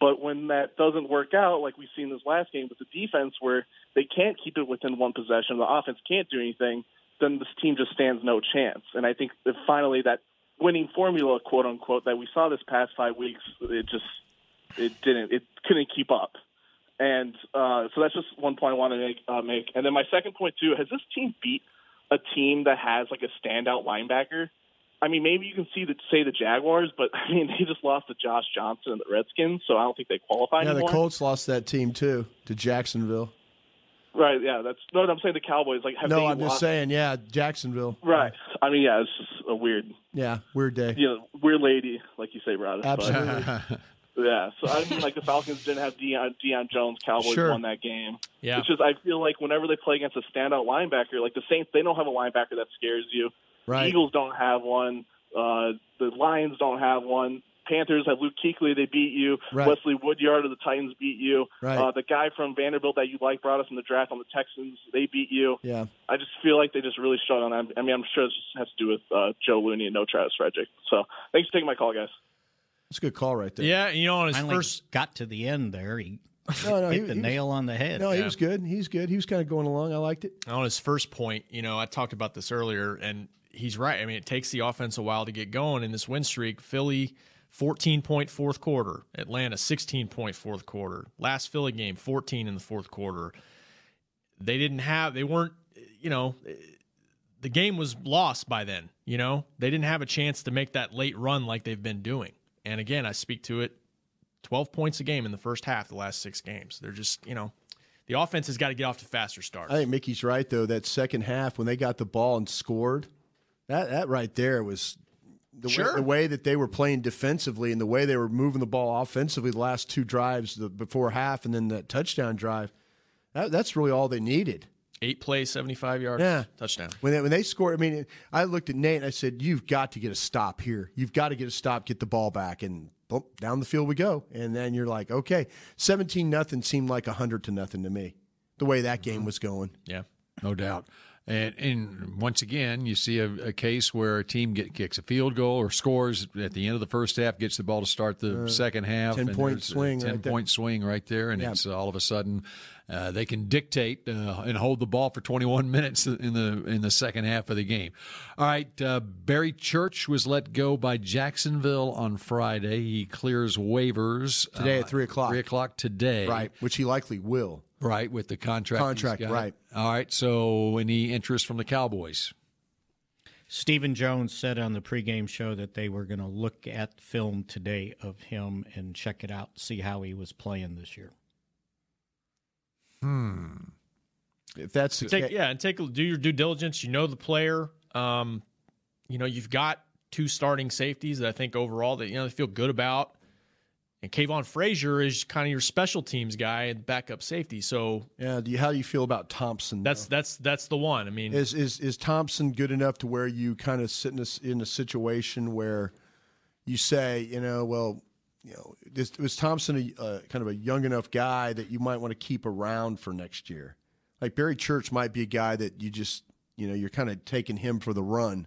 Speaker 17: But when that doesn't work out, like we've seen this last game with the defense, where they can't keep it within one possession, the offense can't do anything, then this team just stands no chance. And I think that finally that winning formula, quote unquote, that we saw this past five weeks, it just it didn't it couldn't keep up. And uh, so that's just one point I want to make, uh, make. And then my second point too: has this team beat a team that has like a standout linebacker? I mean, maybe you can see the say the Jaguars, but I mean they just lost to Josh Johnson and the Redskins, so I don't think they qualify
Speaker 5: Yeah, the
Speaker 17: anymore.
Speaker 5: Colts lost that team too to Jacksonville.
Speaker 17: Right? Yeah, that's no. I'm saying the Cowboys. Like, have
Speaker 5: No,
Speaker 17: they
Speaker 5: I'm just
Speaker 17: lost-
Speaker 5: saying, yeah, Jacksonville.
Speaker 17: Right. I mean, yeah, it's just a weird,
Speaker 5: Yeah, weird day.
Speaker 17: you know, weird lady, like you say, Rod. but-
Speaker 5: Absolutely.
Speaker 17: Yeah, so I mean, like the Falcons didn't have Deion, Deion Jones. Cowboys
Speaker 5: Sure.
Speaker 17: won that game.
Speaker 5: Yeah.
Speaker 17: it's just I feel like whenever they play against a standout linebacker, like the Saints, they don't have a linebacker that scares you.
Speaker 5: Right.
Speaker 17: Eagles don't have one. Uh, the Lions don't have one. Panthers have Luke Kuechly. They beat you.
Speaker 5: Right.
Speaker 17: Wesley Woodyard of the Titans beat you.
Speaker 5: Right.
Speaker 17: Uh, the guy from Vanderbilt that you like brought us in the draft on the Texans. They beat you.
Speaker 5: yeah.
Speaker 17: I just feel like they just really shut on. I mean, I'm sure this has to do with uh, Joe Looney and no Travis Frederick. So thanks for taking my call, guys.
Speaker 5: That's a good call right there.
Speaker 6: Yeah, you know, on his
Speaker 2: Finally
Speaker 6: first-
Speaker 2: got to the end there, he
Speaker 5: No, no, he-
Speaker 2: hit the
Speaker 5: he was-
Speaker 2: nail on the head.
Speaker 5: No, he was good. He's good. He was kind of going along. I liked it.
Speaker 6: on his first point, you know, I talked about this earlier, and he's right. I mean, it takes the offense a while to get going in this win streak. Philly, 14 point fourth quarter. Atlanta, 16 point fourth quarter. Last Philly game, 14 in the fourth quarter. They didn't have, they weren't, you know, the game was lost by then. You know, they didn't have a chance to make that late run like they've been doing. And again, I speak to it 12 points a game in the first half, the last six games. They're just, you know, the offense has got to get off to faster starts.
Speaker 5: I think Mickey's right though. That second half when they got the ball and scored, that that right there was the, way,
Speaker 6: Sure.
Speaker 5: the way that they were playing defensively and the way they were moving the ball offensively. The last two drives, the before half, and then that touchdown drive. That, that's really all they needed.
Speaker 6: Eight plays, 75 yards,
Speaker 5: Yeah.
Speaker 6: touchdown.
Speaker 5: When they, when they scored, I mean, I looked at Nate and I said, "You've got to get a stop here. You've got to get a stop. Get the ball back." And boom, down the field we go. And then you're like, "Okay, seventeen nothing seemed like hundred to nothing to me." The way that game was going.
Speaker 6: Yeah,
Speaker 4: no doubt. And, and once again, you see a, a case where a team get, kicks a field goal or scores at the end of the first half, gets the ball to start the
Speaker 5: Uh,
Speaker 4: second half.
Speaker 5: 10
Speaker 4: and
Speaker 5: point
Speaker 4: there's a
Speaker 5: swing
Speaker 4: Ten
Speaker 5: right there.
Speaker 4: point swing right there, and
Speaker 5: Yeah.
Speaker 4: it's all of a sudden uh, they can dictate uh, and hold the ball for 21 minutes in the in the second half of the game. All right, uh, Barry Church was let go by Jacksonville on Friday. He clears waivers
Speaker 5: Today at
Speaker 4: three o'clock. Three o'clock today,
Speaker 5: Right, which he likely will.
Speaker 4: Right, with the contract. he's
Speaker 5: Contract,
Speaker 4: got.
Speaker 5: right.
Speaker 4: All right. So, any interest from the Cowboys?
Speaker 2: Stephen Jones said on the pregame show that they were going to look at film today of him and check it out, see how he was playing this year.
Speaker 5: Hmm. If that's the
Speaker 6: take,
Speaker 5: case,
Speaker 6: yeah, and take do your due diligence. You know the player. Um, you know you've got two starting safeties that I think overall that you know they feel good about. And Kayvon Frazier is kind of your special teams guy and backup safety. So
Speaker 5: yeah. Do you, how do you feel about Thompson?
Speaker 6: that's that's that's the one. I mean,
Speaker 5: Is is is Thompson good enough to where you kind of sit in a, s- in a situation where you say, you know, well, you know, is, is Thompson a, uh, kind of a young enough guy that you might want to keep around for next year? Like Barry Church might be a guy that you just, you know, you're kind of taking him for the run.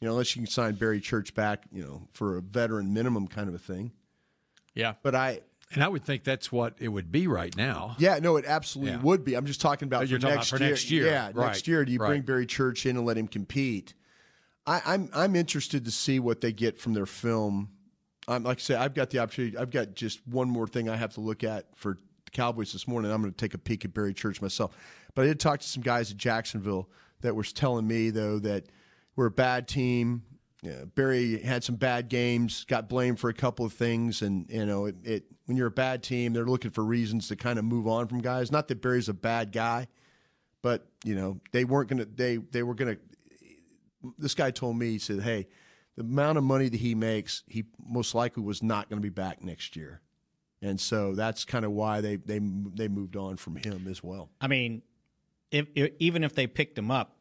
Speaker 5: You know, unless you can sign Barry Church back, you know, for a veteran minimum kind of a thing.
Speaker 6: Yeah.
Speaker 5: But I
Speaker 4: and I would think that's what it would be right now.
Speaker 5: Yeah, no, it absolutely
Speaker 4: Yeah.
Speaker 5: would be. I'm just talking about,
Speaker 4: Oh,
Speaker 5: for,
Speaker 4: you're talking about
Speaker 5: next
Speaker 4: for next year.
Speaker 5: Yeah,
Speaker 4: Right,
Speaker 5: next year. Do you bring
Speaker 4: right.
Speaker 5: Barry Church in and let him compete? I, I'm I'm interested to see what they get from their film. I'm like I say, I've got the opportunity. I've got just one more thing I have to look at for the Cowboys this morning. I'm going to take a peek at Barry Church myself. But I did talk to some guys at Jacksonville that were telling me though that we're a bad team. Yeah, Barry had some bad games, got blamed for a couple of things, and you know it, it. When you're a bad team, they're looking for reasons to kind of move on from guys. Not that Barry's a bad guy, but you know they weren't gonna they they were gonna this guy told me he said, "Hey, the amount of money that he makes, he most likely was not going to be back next year." And so that's kind of why they they they moved on from him as well.
Speaker 2: I mean, if, if even if they picked him up,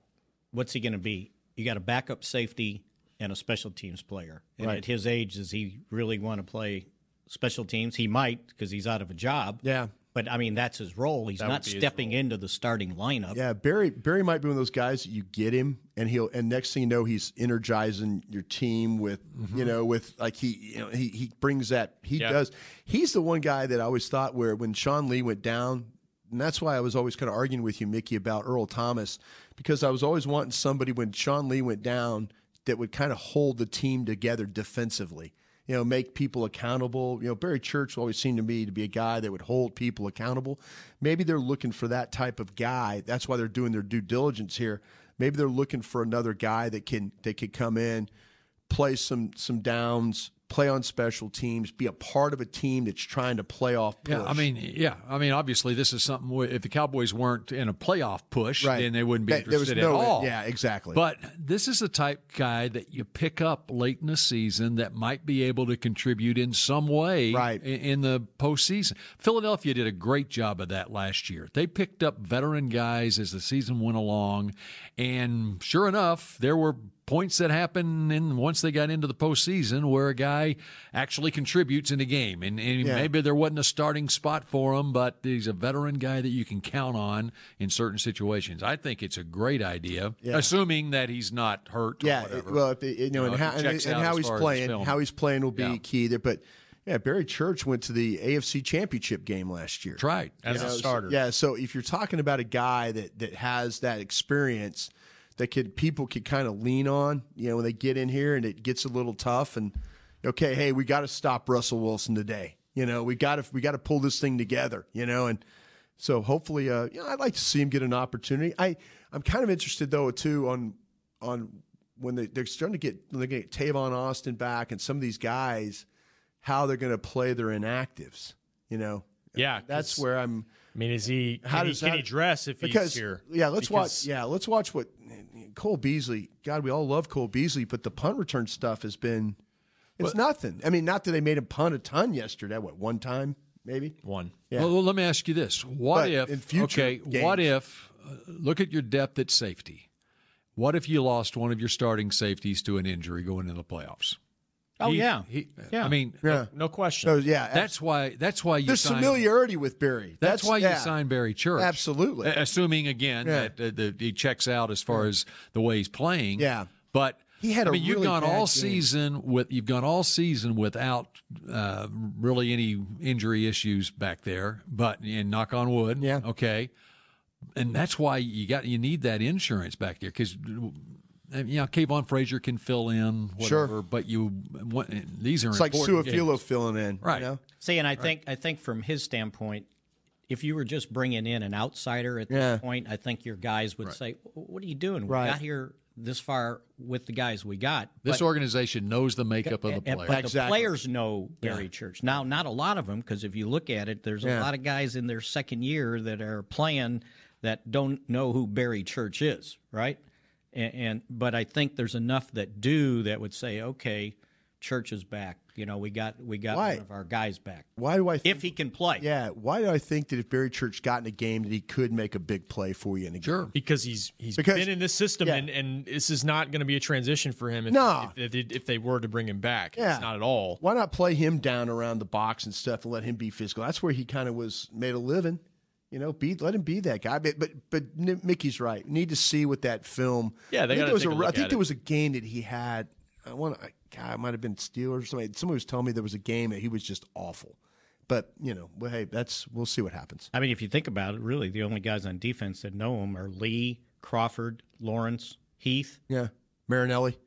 Speaker 2: what's he going to be? You got a backup safety and a special teams player. And
Speaker 5: Right.
Speaker 2: at his age, does he really want to play special teams? He might because he's out of a job.
Speaker 5: Yeah.
Speaker 2: But I mean, that's his role. He's
Speaker 5: That would
Speaker 2: not
Speaker 5: be his
Speaker 2: stepping into the starting lineup.
Speaker 5: Yeah, Barry Barry might be one of those guys that you get him and he'll and next thing you know he's energizing your team with you
Speaker 18: Mhm.
Speaker 5: know with like he you know he he brings that he
Speaker 18: Yeah.
Speaker 5: does. He's the one guy that I always thought where when Sean Lee went down and that's why I was always kind of arguing with you Mickey about Earl Thomas because I was always wanting somebody when Sean Lee went down that would kind of hold the team together defensively. You know, make people accountable. You know, Barry Church always seemed to me to be a guy that would hold people accountable. Maybe they're looking for that type of guy. That's why they're doing their due diligence here. Maybe they're looking for another guy that can that could come in, play some some downs, play on special teams, be a part of a team that's trying to playoff push.
Speaker 4: Yeah, I mean, yeah, I mean, obviously, this is something. where If the Cowboys weren't in a playoff push,
Speaker 5: Right.
Speaker 4: then they wouldn't be
Speaker 5: That- there was
Speaker 4: interested
Speaker 5: no-
Speaker 4: at all.
Speaker 5: yeah, exactly.
Speaker 4: But this is the type guy that you pick up late in the season that might be able to contribute in some way, right. in, in the postseason. Philadelphia did a great job of that last year. They picked up veteran guys as the season went along, and sure enough, there were. Points that happened in once they got into the postseason, where a guy actually contributes in a game, and, and
Speaker 5: Yeah.
Speaker 4: maybe there wasn't a starting spot for him, but he's a veteran guy that you can count on in certain situations. I think it's a great idea,
Speaker 5: Yeah.
Speaker 4: assuming that he's not hurt.
Speaker 5: yeah,
Speaker 4: or
Speaker 5: it-
Speaker 4: whatever.
Speaker 5: well, if it- you know, and
Speaker 4: if
Speaker 5: how
Speaker 4: it
Speaker 5: and,
Speaker 4: checks
Speaker 5: and
Speaker 4: out
Speaker 5: how
Speaker 4: as
Speaker 5: he's
Speaker 4: far as
Speaker 5: playing,
Speaker 4: film.
Speaker 5: how he's playing will be
Speaker 4: Yeah.
Speaker 5: key there. But yeah, Barry Church went to the AFC Championship game last year.
Speaker 4: right
Speaker 5: You know, so- yeah, so if you're talking about a guy that that has that experience that could people could kind of lean on, you know, when they get in here and it gets a little tough and okay, hey, we got to stop Russell Wilson today. You know, we got to we got to pull this thing together, you know, and so hopefully uh you know, I'd like to see him get an opportunity. I I'm kind of interested though too on on when they, they're starting to get when they're going to get Tavon Austin back and some of these guys how they're going to play their inactives, you know.
Speaker 6: Yeah,
Speaker 5: That's where I'm.
Speaker 6: I mean, is he? Can,
Speaker 5: How
Speaker 6: he,
Speaker 5: does
Speaker 6: can
Speaker 5: that-
Speaker 6: he dress if
Speaker 5: because,
Speaker 6: he's here?
Speaker 5: Yeah, let's
Speaker 6: Because-
Speaker 5: watch. Yeah, let's watch what Cole Beasley. God, we all love Cole Beasley, but the punt return stuff has been it's nothing. I mean, not that they made him punt a ton yesterday. What one time maybe
Speaker 6: one.
Speaker 5: Yeah.
Speaker 4: Well, well, let me ask you this: What
Speaker 5: But
Speaker 4: if?
Speaker 5: in future
Speaker 4: okay, what
Speaker 5: games-
Speaker 4: if? uh, look at your depth at safety. What if you lost one of your starting safeties to an injury going into the playoffs?
Speaker 2: Oh
Speaker 4: He-
Speaker 2: yeah.
Speaker 4: he-
Speaker 2: yeah.
Speaker 4: I mean,
Speaker 6: no question.
Speaker 5: No, yeah, abs-
Speaker 4: uh, that's why. That's why you
Speaker 5: There's
Speaker 4: sign-
Speaker 5: familiarity with Barry.
Speaker 4: That's, why you
Speaker 5: yeah.
Speaker 4: signed Barry Church.
Speaker 5: Absolutely.
Speaker 4: A- Assuming again
Speaker 5: Yeah.
Speaker 4: that uh, the, he checks out as far as the way he's playing.
Speaker 5: Yeah.
Speaker 4: But
Speaker 5: He had
Speaker 4: I
Speaker 5: a
Speaker 4: mean, you've
Speaker 5: really
Speaker 4: gone
Speaker 5: bad
Speaker 4: all
Speaker 5: game.
Speaker 4: season with you've gone all season without uh, really any injury issues back there. But and knock on wood. Yeah. Okay. And that's why you got you need that insurance back there because. You know, Kayvon Frazier can fill in,
Speaker 5: Sure.
Speaker 4: whatever, but you want, these are
Speaker 5: It's like
Speaker 4: important
Speaker 5: Suafilo
Speaker 4: games.
Speaker 5: filling in,
Speaker 4: Right.
Speaker 5: You know?
Speaker 2: See, and I
Speaker 5: Right.
Speaker 2: think I think from his standpoint, if you were just bringing in an outsider at
Speaker 5: Yeah.
Speaker 2: this point, I think your guys would say, "What are you doing?
Speaker 4: Right.
Speaker 2: We got here this far with the guys we got."
Speaker 4: This
Speaker 2: But-
Speaker 4: organization knows the makeup of the
Speaker 2: and-
Speaker 4: player.
Speaker 2: But the players know Barry Church. Now, not a lot of them, because if you look at it, there's a
Speaker 4: Yeah.
Speaker 2: lot of guys in their second year that are playing that don't know who Barry Church is, right? And, and but I think there's enough that do that would say, okay, Church is back. You know, we got we got
Speaker 5: Why-
Speaker 2: one of our guys back.
Speaker 5: Why do I? Think,
Speaker 2: if he can play,
Speaker 5: yeah. Why do I think that if Barry Church got in a game that he could make a big play for you in a
Speaker 4: sure. game?
Speaker 6: Because he's he's
Speaker 5: Because-
Speaker 6: been in this system,
Speaker 5: yeah.
Speaker 6: and, and this is not going to be a transition for him. If,
Speaker 5: No.
Speaker 6: if, if, if they were to bring him back,
Speaker 5: Yeah.
Speaker 6: it's not at all.
Speaker 5: Why not play him down around the box and stuff and let him be physical? That's where he kind of was made a living. You know, be let him be that guy. But but, but N- Mickey's right. Need to see what that film.
Speaker 6: Yeah, they
Speaker 5: I think
Speaker 6: gotta
Speaker 5: there was
Speaker 6: take
Speaker 5: I
Speaker 6: a look
Speaker 5: think
Speaker 6: at
Speaker 5: there
Speaker 6: it.
Speaker 5: was a game that he had. I want. to God, it might have been Steelers or somebody. Somebody was telling me there was a game that he was just awful. But you know, well, hey, that's we'll see what happens.
Speaker 2: I mean, if you think about it, really, the only guys on defense that know him are Lee, Crawford, Lawrence, Heath.
Speaker 5: Yeah, Marinelli.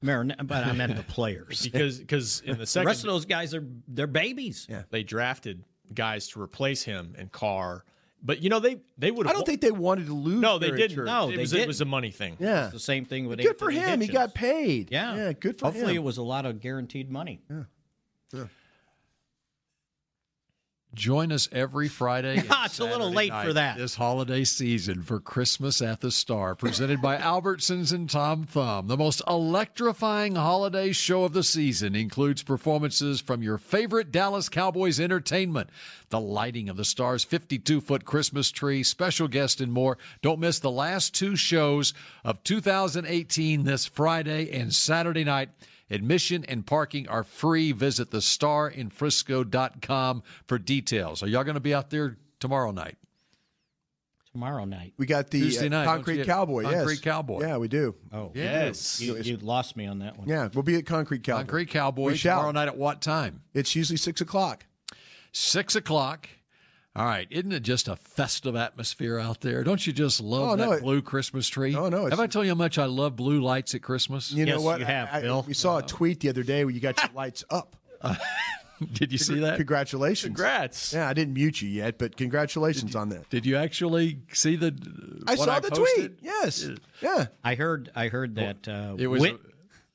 Speaker 2: Marin, but I meant the players
Speaker 6: because because in the second
Speaker 2: rest of those guys are they're babies.
Speaker 5: Yeah.
Speaker 6: they drafted guys to replace him and Carr. But you know they they would.
Speaker 5: I don't think they wanted to lose.
Speaker 6: No, they
Speaker 5: Barry
Speaker 6: didn't.
Speaker 5: Church.
Speaker 6: No, it was, it was a money thing.
Speaker 5: Yeah.
Speaker 2: It's the same thing with
Speaker 5: Good for
Speaker 2: Anthony
Speaker 5: him. He
Speaker 2: Hitchens.
Speaker 5: got paid.
Speaker 2: Yeah,
Speaker 5: Yeah, good for
Speaker 2: Hopefully,
Speaker 5: him.
Speaker 2: it was a lot of guaranteed money.
Speaker 5: Yeah.
Speaker 4: Join us every Friday. and
Speaker 2: it's a little
Speaker 4: Saturday
Speaker 2: late
Speaker 4: night
Speaker 2: for that.
Speaker 4: This holiday season for Christmas at the Star, presented by Albertsons and Tom Thumb. The most electrifying holiday show of the season includes performances from your favorite Dallas Cowboys entertainment, the lighting of the Star's 52 foot Christmas tree, special guest, and more. Don't miss the last two shows of 2018 this Friday and Saturday night. Admission and parking are free. Visit thestarinfrisco.com for details. Are y'all going to be out there tomorrow night?
Speaker 2: Tomorrow night.
Speaker 5: We got the
Speaker 4: Tuesday
Speaker 5: uh,
Speaker 4: night, don't you?
Speaker 5: Concrete Cowboy.
Speaker 4: Concrete
Speaker 5: yes.
Speaker 4: Cowboy.
Speaker 5: Yeah, we do.
Speaker 2: Oh,
Speaker 5: Yeah,
Speaker 2: yes.
Speaker 5: you
Speaker 2: You,
Speaker 5: know,
Speaker 2: you lost me on that one.
Speaker 5: Yeah, we'll be at Concrete Cowboy.
Speaker 4: Concrete Cowboy
Speaker 5: We shall.
Speaker 4: tomorrow night at what time?
Speaker 5: It's usually six o'clock.
Speaker 4: Six o'clock. All right. Isn't it just a festive atmosphere out there? Don't you just love
Speaker 5: Oh,
Speaker 4: that
Speaker 5: no, it-
Speaker 4: blue Christmas tree? Oh,
Speaker 5: no, it's-
Speaker 4: Have I told you how much I love blue lights at Christmas?
Speaker 5: You know what? I- I- We saw a tweet the other day where you got your lights up.
Speaker 4: Did you see that?
Speaker 5: Congratulations.
Speaker 6: Congrats.
Speaker 5: Yeah, I didn't mute you yet, but congratulations on that.
Speaker 4: Did you actually see the?
Speaker 5: I
Speaker 4: what
Speaker 5: saw
Speaker 4: I
Speaker 5: the tweet.
Speaker 4: posted?
Speaker 5: Yes. Yeah.
Speaker 2: I heard. I heard that uh,
Speaker 4: it was
Speaker 2: Witt,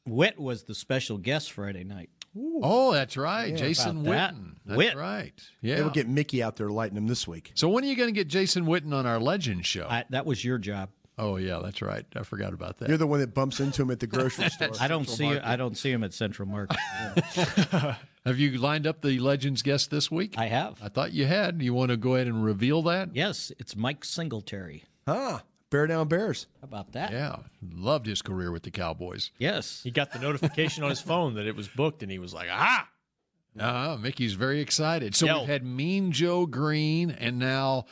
Speaker 2: Witt was the special guest Friday night.
Speaker 4: Oh, that's right, Jason
Speaker 2: about that.
Speaker 4: Witten. That's
Speaker 2: Witt.
Speaker 4: right. Yeah.
Speaker 5: They will get Mickey out there lighting them this week.
Speaker 4: So when are you going to get Jason Witten on our Legend show?
Speaker 2: that was your job.
Speaker 4: Oh yeah, that's right. I forgot about that.
Speaker 5: You're the one that bumps into him at the grocery store.
Speaker 2: I
Speaker 5: Central
Speaker 2: don't see.
Speaker 5: Market.
Speaker 2: I don't see him at Central Market.
Speaker 4: Have you lined up the Legends guest this week?
Speaker 2: I have.
Speaker 4: I thought you had. You want to go ahead and reveal that?
Speaker 2: Yes, it's Mike Singletary.
Speaker 5: Huh. Bear down Bears.
Speaker 2: How about that?
Speaker 4: Yeah. Loved his career with the Cowboys.
Speaker 2: Yes.
Speaker 6: He got the notification on his phone that it was booked, and he was like, "Ah,
Speaker 4: Uh, Mickey's very excited. So
Speaker 6: Yelled.
Speaker 4: we've had Mean Joe Green, and now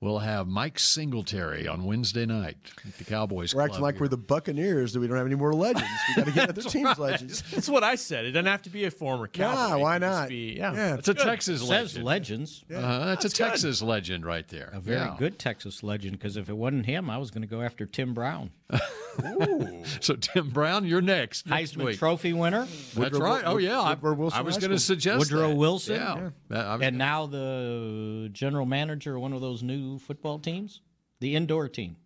Speaker 4: we'll have Mike Singletary on Wednesday night at the Cowboys.
Speaker 5: We're acting
Speaker 4: Club
Speaker 5: like
Speaker 4: here.
Speaker 5: we're the Buccaneers that we don't have any more legends. We got to get other teams' legends.
Speaker 6: That's what I said. It doesn't have to be a former cowboy.
Speaker 5: Yeah, why
Speaker 6: It could just
Speaker 5: not?
Speaker 6: be- yeah,
Speaker 5: Yeah.
Speaker 6: that's
Speaker 4: It's a
Speaker 6: good.
Speaker 4: Texas legend.
Speaker 2: Says legends.
Speaker 4: Uh, that's,
Speaker 6: That's
Speaker 4: a
Speaker 6: good.
Speaker 4: Texas legend right there.
Speaker 2: A very
Speaker 4: Yeah.
Speaker 2: good Texas legend. Because if it wasn't him, I was going to go after Tim Brown,
Speaker 4: So Tim Brown, you're next. next
Speaker 2: Heisman
Speaker 4: week.
Speaker 2: Trophy winner.
Speaker 4: That's
Speaker 5: Woodrow-
Speaker 4: right. Oh yeah, I,
Speaker 5: Woodrow Wilson
Speaker 4: I was
Speaker 5: High
Speaker 4: going to
Speaker 5: School.
Speaker 4: suggest
Speaker 2: Woodrow
Speaker 4: that.
Speaker 2: Wilson?
Speaker 4: Yeah, That- I was-
Speaker 2: and now the general manager of one of those new football teams, the indoor team.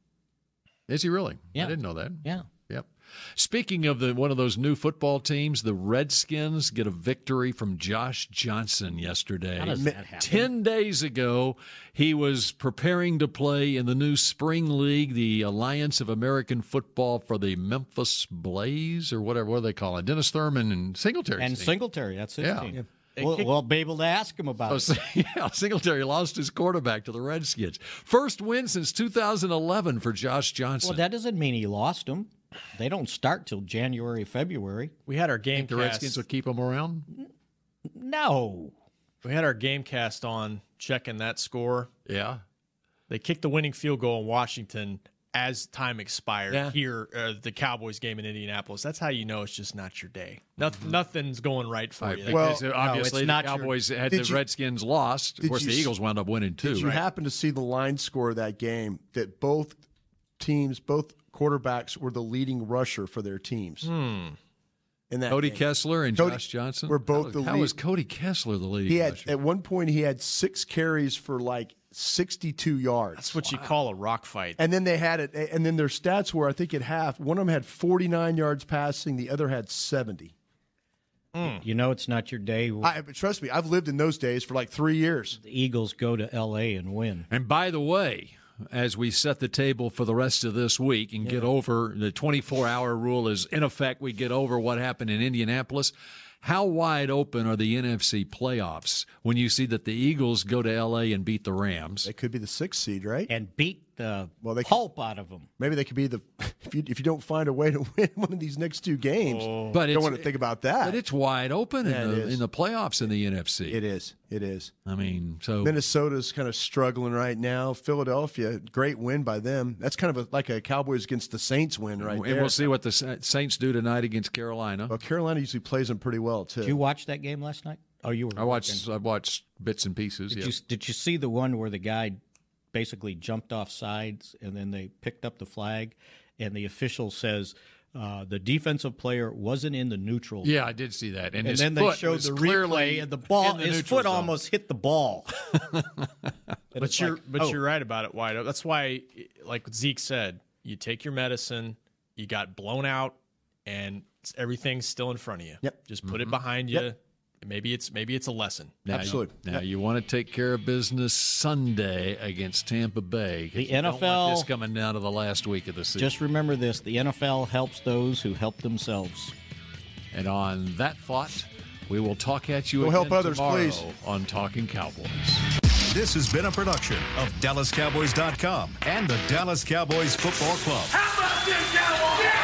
Speaker 4: is he really?
Speaker 2: Yeah.
Speaker 4: I didn't know that.
Speaker 2: Yeah.
Speaker 4: Yep. Speaking of the one of those new football teams, the Redskins get a victory from Josh Johnson yesterday.
Speaker 2: How does that happen?
Speaker 4: Ten days ago, he was preparing to play in the new spring league, the Alliance of American Football for the Memphis Blaze or whatever what do they call it. Dennis Thurman and Singletary.
Speaker 2: And Singletary, that's his
Speaker 4: Yeah.
Speaker 2: team. We'll, we'll be able to ask him about
Speaker 4: Oh,
Speaker 2: it.
Speaker 4: so- yeah, Singletary lost his quarterback to the Redskins. First win since 2011 for Josh Johnson.
Speaker 2: Well, that doesn't mean he lost him. They don't start till January, February.
Speaker 6: We had our game
Speaker 4: the
Speaker 6: cast.
Speaker 4: Redskins will keep him around.
Speaker 2: No.
Speaker 6: We had our game cast on checking that score.
Speaker 4: Yeah.
Speaker 6: They kicked the winning field goal in Washington as time expired
Speaker 4: Yeah.
Speaker 6: here, uh, the Cowboys game in Indianapolis. That's how you know it's just not your day. Noth- Nothing's going right for you.
Speaker 5: Well,
Speaker 4: because obviously
Speaker 2: not
Speaker 4: the
Speaker 2: your-
Speaker 4: Cowboys had the
Speaker 5: Did you-
Speaker 4: Redskins lost. Of
Speaker 5: Did
Speaker 4: course,
Speaker 5: you
Speaker 4: the
Speaker 5: s-
Speaker 4: Eagles wound up winning too.
Speaker 5: Did you happen to see the line score of that game that both teams, both quarterbacks were the leading rusher for their teams?
Speaker 6: Hmm.
Speaker 5: In that
Speaker 4: Cody
Speaker 5: game.
Speaker 4: Kessler and
Speaker 5: Cody-
Speaker 4: Josh Johnson
Speaker 5: were both
Speaker 4: how,
Speaker 5: the
Speaker 4: How
Speaker 5: lead-
Speaker 4: was Cody Kessler the leading
Speaker 5: He had
Speaker 4: rusher?
Speaker 5: at one point he had six carries for like sixty-two yards.
Speaker 6: That's what you call a rock fight.
Speaker 5: And then they had it, and then their stats were I think at half. One of them had 49 yards passing, the other had 70.
Speaker 2: You know it's not your day. when
Speaker 5: I, but trust me, I've lived in those days for like three years.
Speaker 2: the Eagles go to L.A. and win.
Speaker 4: And by the way, as we set the table for the rest of this week and get over the 24 hour rule is in effect, we get over what happened in Indianapolis. How wide open are the NFC playoffs when you see that the Eagles go to LA and beat the Rams?
Speaker 5: They could be the sixth seed, right?
Speaker 2: And beat the
Speaker 5: Well, they could-
Speaker 2: pulp out of them.
Speaker 5: Maybe they could be the if you if you don't find a way to win one of these next two games.
Speaker 6: Oh.
Speaker 4: But
Speaker 5: don't
Speaker 4: it's,
Speaker 5: want to think about that.
Speaker 4: but it's wide open
Speaker 5: Yeah,
Speaker 4: in,
Speaker 5: it
Speaker 4: the,
Speaker 5: is.
Speaker 4: in the playoffs in the NFC.
Speaker 5: it is. It is.
Speaker 4: I mean, so
Speaker 5: Minnesota's kind of struggling right now. Philadelphia, great win by them. That's kind of a, like a Cowboys against the Saints win right
Speaker 4: and
Speaker 5: there.
Speaker 4: we'll see what the Sa- Saints do tonight against Carolina.
Speaker 5: Well, Carolina usually plays them pretty well too.
Speaker 2: Did you watch that game last night? Oh, you were.
Speaker 4: I watched I watched bits and pieces.
Speaker 2: Did,
Speaker 4: yeah.
Speaker 2: you, did you see the one where the guy basically jumped off sides and then they picked up the flag and the official says uh, the defensive player wasn't in the neutral
Speaker 4: Yeah, I did see that. And,
Speaker 2: And
Speaker 4: his
Speaker 2: then they
Speaker 4: foot
Speaker 2: showed
Speaker 4: was
Speaker 2: the
Speaker 4: clearly
Speaker 2: replay, and the ball,
Speaker 4: in the
Speaker 2: his
Speaker 4: neutral
Speaker 2: foot
Speaker 4: zone.
Speaker 2: almost hit the ball.
Speaker 6: but you're but
Speaker 2: oh.
Speaker 5: oh.
Speaker 6: you're right about it, wide open. That's why, like Zeke said, you take your medicine. You got blown out, and it's- everything's still in front of you.
Speaker 5: Yep.
Speaker 6: Just put it behind you. Maybe it's maybe it's a lesson.
Speaker 4: Mm-hmm. Now, You, now you want to take care of business Sunday against Tampa Bay. 'cause
Speaker 2: The
Speaker 4: you don't want
Speaker 2: NFL
Speaker 4: this coming down to the last week of the season.
Speaker 2: Just remember this the NFL helps those who help themselves.
Speaker 4: And on that thought, we will talk at you
Speaker 2: Go
Speaker 4: again
Speaker 2: help others,
Speaker 4: tomorrow
Speaker 2: please.
Speaker 4: on Talking Cowboys.
Speaker 1: This has been a production of DallasCowboys.com and the Dallas Cowboys Football Club.
Speaker 3: How about this, Cowboys?